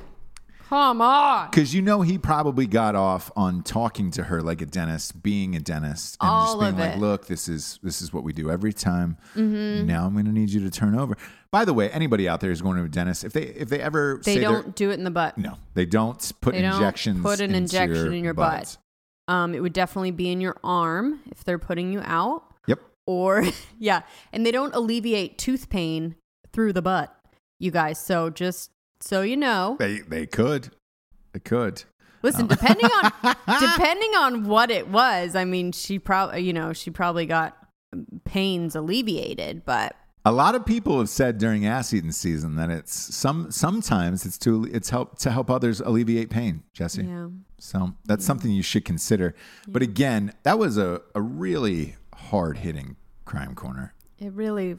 Speaker 3: come on.
Speaker 1: Because you know he probably got off on talking to her like a dentist, being a dentist, and just
Speaker 3: All
Speaker 1: being
Speaker 3: of
Speaker 1: like,
Speaker 3: it. Mm-hmm.
Speaker 1: "Look, this is this is what we do every time. Now I'm going to need you to turn over." By the way, anybody out there is going to a dentist if they if they ever
Speaker 3: They
Speaker 1: say they're-
Speaker 3: don't do it in the butt.
Speaker 1: no they don't put
Speaker 3: They don't
Speaker 1: injections
Speaker 3: put an
Speaker 1: into
Speaker 3: injection in your butt.
Speaker 1: butt.
Speaker 3: Um, it would definitely be in your arm if they're putting you out.
Speaker 1: Yep.
Speaker 3: Or yeah, and they don't alleviate tooth pain through the butt, you guys. So just so you know,
Speaker 1: They they could. They could.
Speaker 3: Listen, depending on depending on what it was, I mean, she probably you know she probably got pains alleviated, but
Speaker 1: A lot of people have said during ass eating season that it's some sometimes it's to it's help to help others alleviate pain, Jesse.
Speaker 3: yeah,
Speaker 1: So that's something you should consider. But again, that was a, a really hard hitting crime corner.
Speaker 3: it really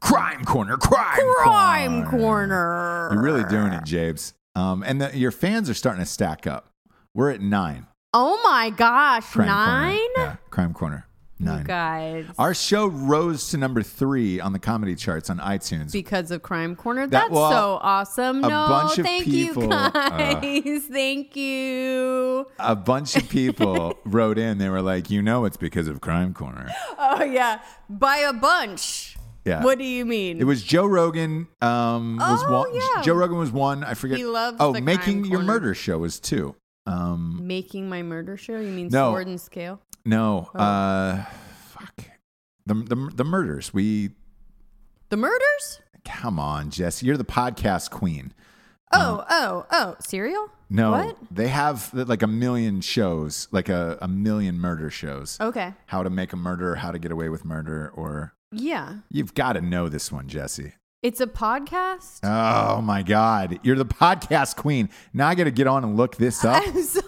Speaker 1: Crime corner, crime,
Speaker 3: crime
Speaker 1: You're
Speaker 3: corner.
Speaker 1: really doing it, Jabes. Um, and the, your fans are starting to stack up. We're at nine.
Speaker 3: Oh my gosh,
Speaker 1: Crime
Speaker 3: nine
Speaker 1: Corner. Yeah, crime corner. Nine.
Speaker 3: you guys
Speaker 1: Our show rose to number three on the comedy charts on iTunes.
Speaker 3: because of crime corner.
Speaker 1: That-
Speaker 3: That's
Speaker 1: well,
Speaker 3: so awesome.
Speaker 1: a
Speaker 3: No,
Speaker 1: bunch of
Speaker 3: thank
Speaker 1: people,
Speaker 3: you
Speaker 1: uh,
Speaker 3: guys. thank you.
Speaker 1: a bunch of people wrote in. They were like, "You know, it's because of Crime Corner."
Speaker 3: Oh yeah, by a bunch.
Speaker 1: Yeah.
Speaker 3: What do you mean?
Speaker 1: It was Joe Rogan. Um, was
Speaker 3: Oh,
Speaker 1: one.
Speaker 3: yeah.
Speaker 1: Joe Rogan was one. I forget.
Speaker 3: He loves
Speaker 1: Oh,
Speaker 3: the Crime
Speaker 1: making your
Speaker 3: Corner.
Speaker 1: murder show was two. Um,
Speaker 3: making my murder show. You mean
Speaker 1: No.
Speaker 3: sword and scale?
Speaker 1: no.
Speaker 3: Oh.
Speaker 1: Uh, fuck. The, the the murders. We
Speaker 3: The murders?
Speaker 1: come on, Jess. You're the podcast queen.
Speaker 3: Oh, oh, oh, cereal?
Speaker 1: Um, No,
Speaker 3: What?
Speaker 1: they have like a million shows, like a, a million murder shows.
Speaker 3: Okay.
Speaker 1: How to make a murder, how to get away with murder, or
Speaker 3: Yeah.
Speaker 1: you've got to know this one, Jesse.
Speaker 3: It's a podcast?
Speaker 1: Oh my God. You're the podcast queen. Now I got to get on and look this up.
Speaker 3: I'm sorry.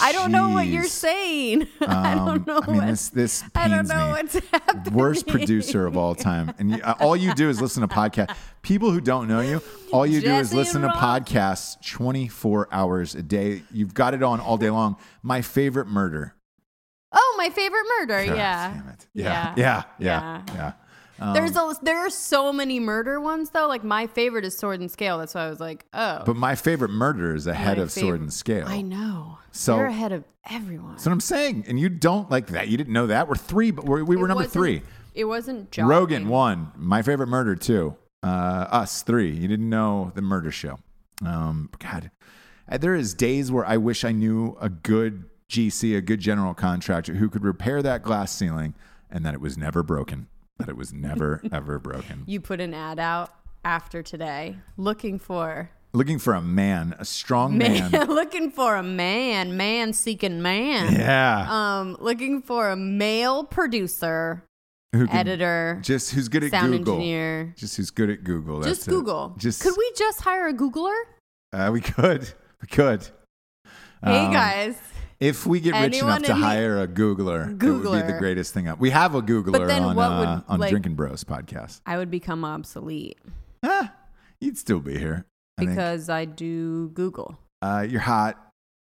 Speaker 3: I don't know what you're
Speaker 1: Jeez.
Speaker 3: saying. I
Speaker 1: Um,
Speaker 3: don't know
Speaker 1: I mean,
Speaker 3: what-
Speaker 1: this- this
Speaker 3: I don't
Speaker 1: pains
Speaker 3: know
Speaker 1: me.
Speaker 3: what's happening.
Speaker 1: Worst producer of all time. And you, uh, all you do is listen to podcasts. People who don't know you, all you do is
Speaker 3: Jesse
Speaker 1: listen to
Speaker 3: Ross.
Speaker 1: podcasts 24 hours a day. You've got it on all day long. My favorite murder.
Speaker 3: Oh, my favorite murder.
Speaker 1: God
Speaker 3: yeah.
Speaker 1: damn it. Yeah. Um, Yeah. Yeah.
Speaker 3: Yeah.
Speaker 1: Yeah.
Speaker 3: There's a, there are so many murder ones though. Like my favorite is Sword and Scale. That's why I was like, oh.
Speaker 1: But my favorite murder is ahead
Speaker 3: My
Speaker 1: of Sword
Speaker 3: fav-
Speaker 1: and Scale.
Speaker 3: I know.
Speaker 1: So-
Speaker 3: you're ahead of everyone.
Speaker 1: That's what I'm saying. And you don't like that. You didn't know that. We're three, but we're, we
Speaker 3: It
Speaker 1: were number
Speaker 3: wasn't-
Speaker 1: three.
Speaker 3: It wasn't John.
Speaker 1: Rogan one, my favorite murder two, uh, us three. You didn't know the murder show. Um, God, Uh, there is days where I wish I knew a good GC, a good general contractor who could repair that glass ceiling, and that it was never broken. That it was never ever broken.
Speaker 3: You put an ad out after today looking for
Speaker 1: Looking for a man, a strong man.
Speaker 3: man, looking for a man, man seeking man.
Speaker 1: Yeah,
Speaker 3: Um, looking for a male producer,
Speaker 1: who can-
Speaker 3: editor,
Speaker 1: just who's good at
Speaker 3: sound
Speaker 1: Google.
Speaker 3: engineer.
Speaker 1: Just who's good at Google.
Speaker 3: Just
Speaker 1: that's it.
Speaker 3: Google.
Speaker 1: Just
Speaker 3: could we just hire a Googler?
Speaker 1: Uh, we could. We could.
Speaker 3: hey
Speaker 1: Um,
Speaker 3: guys.
Speaker 1: If we get rich
Speaker 3: Anyone
Speaker 1: enough to
Speaker 3: in the-
Speaker 1: hire a Googler, it would be the
Speaker 3: Googler.
Speaker 1: greatest thing up. We have a Googler
Speaker 3: then
Speaker 1: on,
Speaker 3: what
Speaker 1: uh,
Speaker 3: would,
Speaker 1: on
Speaker 3: like-
Speaker 1: Drinking Bros podcast.
Speaker 3: I would become obsolete
Speaker 1: Ah, you'd still be here. I think.
Speaker 3: because I do Google.
Speaker 1: uh, you're hot.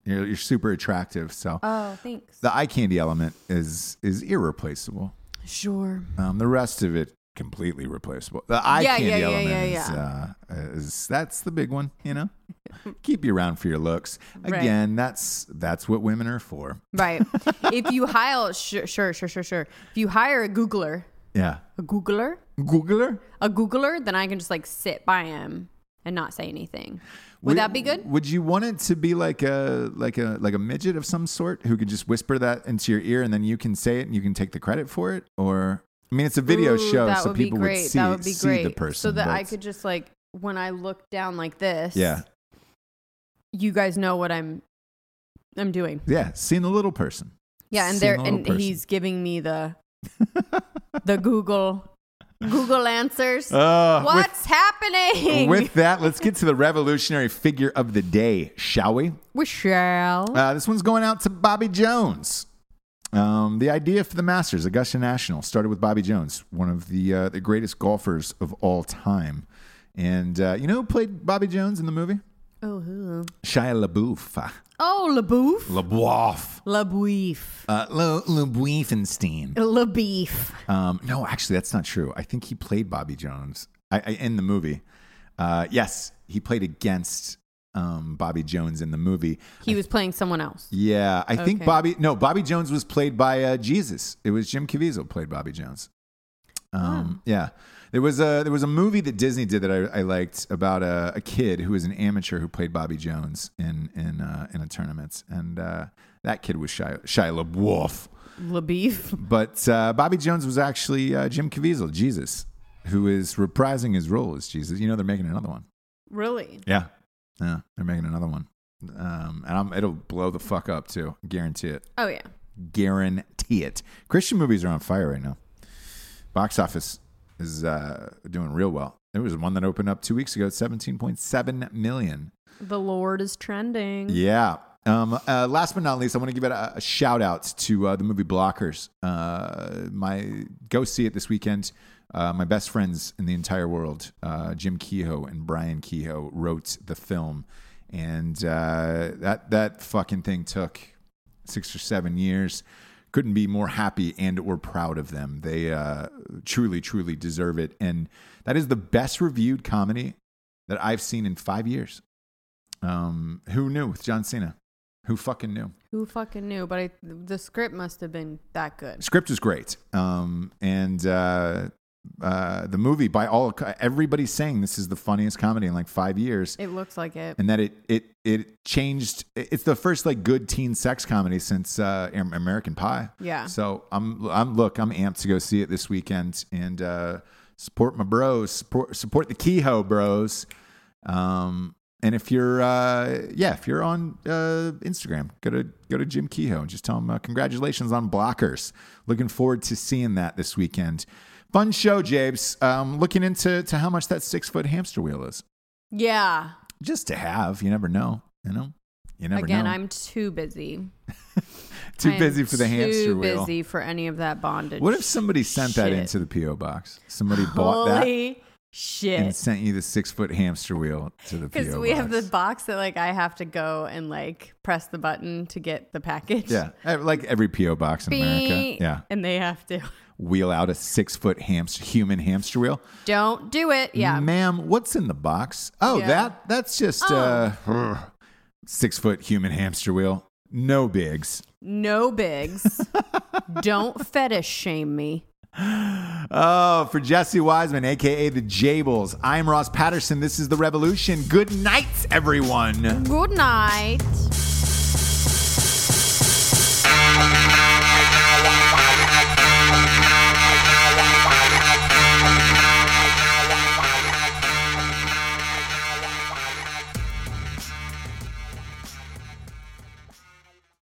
Speaker 1: You're, you're super attractive. So
Speaker 3: Oh, thanks.
Speaker 1: the eye candy element is is irreplaceable.
Speaker 3: Sure.
Speaker 1: Um, the rest of it completely replaceable. The eye
Speaker 3: Yeah,
Speaker 1: candy
Speaker 3: yeah, yeah,
Speaker 1: element
Speaker 3: yeah,
Speaker 1: is, uh, is that's the big one. You know, keep you around for your looks.
Speaker 3: Right.
Speaker 1: Again, that's that's what women are for.
Speaker 3: Right. if you hire sure, sure, sure, sure, sure. If you hire a Googler,
Speaker 1: Yeah,
Speaker 3: a Googler,
Speaker 1: Googler.
Speaker 3: a Googler, then I can just like sit by him and not say anything. Would that be good?
Speaker 1: Would you want it to be like a like a like a midget of some sort who could just whisper that into your ear and then you can say it and you can take the credit for it? Or I mean, it's a video
Speaker 3: Ooh,
Speaker 1: show,
Speaker 3: that
Speaker 1: so
Speaker 3: would be
Speaker 1: people would
Speaker 3: great.
Speaker 1: see
Speaker 3: that would be
Speaker 1: see
Speaker 3: great.
Speaker 1: the person.
Speaker 3: so that
Speaker 1: but-
Speaker 3: I could just like when I look down like this.
Speaker 1: yeah,
Speaker 3: You guys know what I'm I'm doing.
Speaker 1: yeah, seeing the little person.
Speaker 3: Yeah, and
Speaker 1: Seeing
Speaker 3: there
Speaker 1: the little
Speaker 3: and
Speaker 1: person.
Speaker 3: he's giving me the the Google Google answers.
Speaker 1: Uh,
Speaker 3: What's
Speaker 1: with,
Speaker 3: happening?
Speaker 1: with that, let's get to the revolutionary figure of the day, shall we?
Speaker 3: we shall.
Speaker 1: Uh, this one's going out to Bobby Jones. Um, the idea for the Masters, Augusta National, started with Bobby Jones, one of the uh, the greatest golfers of all time. And uh, you know who played Bobby Jones in the movie?
Speaker 3: oh, who?
Speaker 1: Shia LaBeouf.
Speaker 3: Oh, LaBouf.
Speaker 1: LaBeouf.
Speaker 3: LaBouf.
Speaker 1: Uh, Le, LaBoufenstein.
Speaker 3: LaBeef.
Speaker 1: Um, no, actually, that's not true. I think he played Bobby Jones I, I, in the movie. Uh, yes, he played against um, Bobby Jones in the movie.
Speaker 3: He was playing someone else.
Speaker 1: Yeah, I think
Speaker 3: Okay.
Speaker 1: Bobby. No, Bobby Jones was played by uh, Jesus. It was Jim Caviezel played Bobby Jones. Um, Yeah, there was a there was a movie that Disney did that I, I liked about a, a kid who was an amateur who played Bobby Jones in in uh, in a tournament, and uh, that kid was Shia, Shia LaBeouf.
Speaker 3: LaBeef.
Speaker 1: But uh, Bobby Jones was actually uh, Jim Caviezel, Jesus, who is reprising his role as Jesus. You know, they're making another one.
Speaker 3: Really?
Speaker 1: Yeah, yeah, they're making another one, um, and I'm, it'll blow the fuck up too. Guarantee it
Speaker 3: Oh, yeah.
Speaker 1: guarantee it. Christian movies are on fire right now. Box office is uh, doing real well. There was one that opened up two weeks ago at 17.7 million.
Speaker 3: The Lord is trending.
Speaker 1: Yeah. Um, uh, last but not least, I want to give a, a shout out to uh, the movie Blockers. Uh, my go see it this weekend. Uh, my best friends in the entire world, uh, Jim Kehoe and Brian Kehoe, wrote the film, and uh, that that fucking thing took six or seven years. Couldn't be more happy and or proud of them. They uh, truly, truly deserve it, and that is the best reviewed comedy that I've seen in five years. Um, who knew with John Cena? Who fucking knew?
Speaker 3: Who fucking knew? But I, the script must have been that good.
Speaker 1: Script is great, um, and uh, uh, the movie by all everybody's saying this is the funniest comedy in like five years,
Speaker 3: It looks like it.
Speaker 1: and that it it it changed. It's the first like good teen sex comedy since uh, Am- American Pie.
Speaker 3: Yeah.
Speaker 1: So I'm I'm look I'm amped to go see it this weekend and uh, support my bros support support the Kehoe bros. Um, and if you're uh, yeah if you're on uh, Instagram go to go to Jim Kehoe and just tell him uh, congratulations on Blockers. Looking forward to seeing that this weekend. Fun show, Jabes. Um, looking into to how much that six foot hamster wheel is
Speaker 3: Yeah.
Speaker 1: just to have. You never know. You know. You never
Speaker 3: Again,
Speaker 1: know.
Speaker 3: I'm too busy.
Speaker 1: too
Speaker 3: I am
Speaker 1: busy for the hamster wheel.
Speaker 3: Too busy for any of that bondage.
Speaker 1: What if somebody sent that
Speaker 3: Shit.
Speaker 1: into the PO box? Somebody bought that
Speaker 3: Holy
Speaker 1: and
Speaker 3: shit.
Speaker 1: sent you the six foot hamster wheel to the PO box.
Speaker 3: Because we have the box that like I have to go and like press the button to get the package.
Speaker 1: yeah, eh, like every PO box in America.
Speaker 3: Beep.
Speaker 1: Yeah,
Speaker 3: And they have to.
Speaker 1: wheel out a six foot hamster, human hamster wheel.
Speaker 3: Don't do it. Yeah.
Speaker 1: ma'am, what's in the box? Oh,
Speaker 3: Yeah. Oh.
Speaker 1: that that's just uh, six foot human hamster wheel. No bigs.
Speaker 3: No bigs. Don't fetish shame me.
Speaker 1: Oh, for Jesse Wiseman, aka the Jables. I'm Ross Patterson. This is the Revolution. Good night, everyone.
Speaker 3: Good night.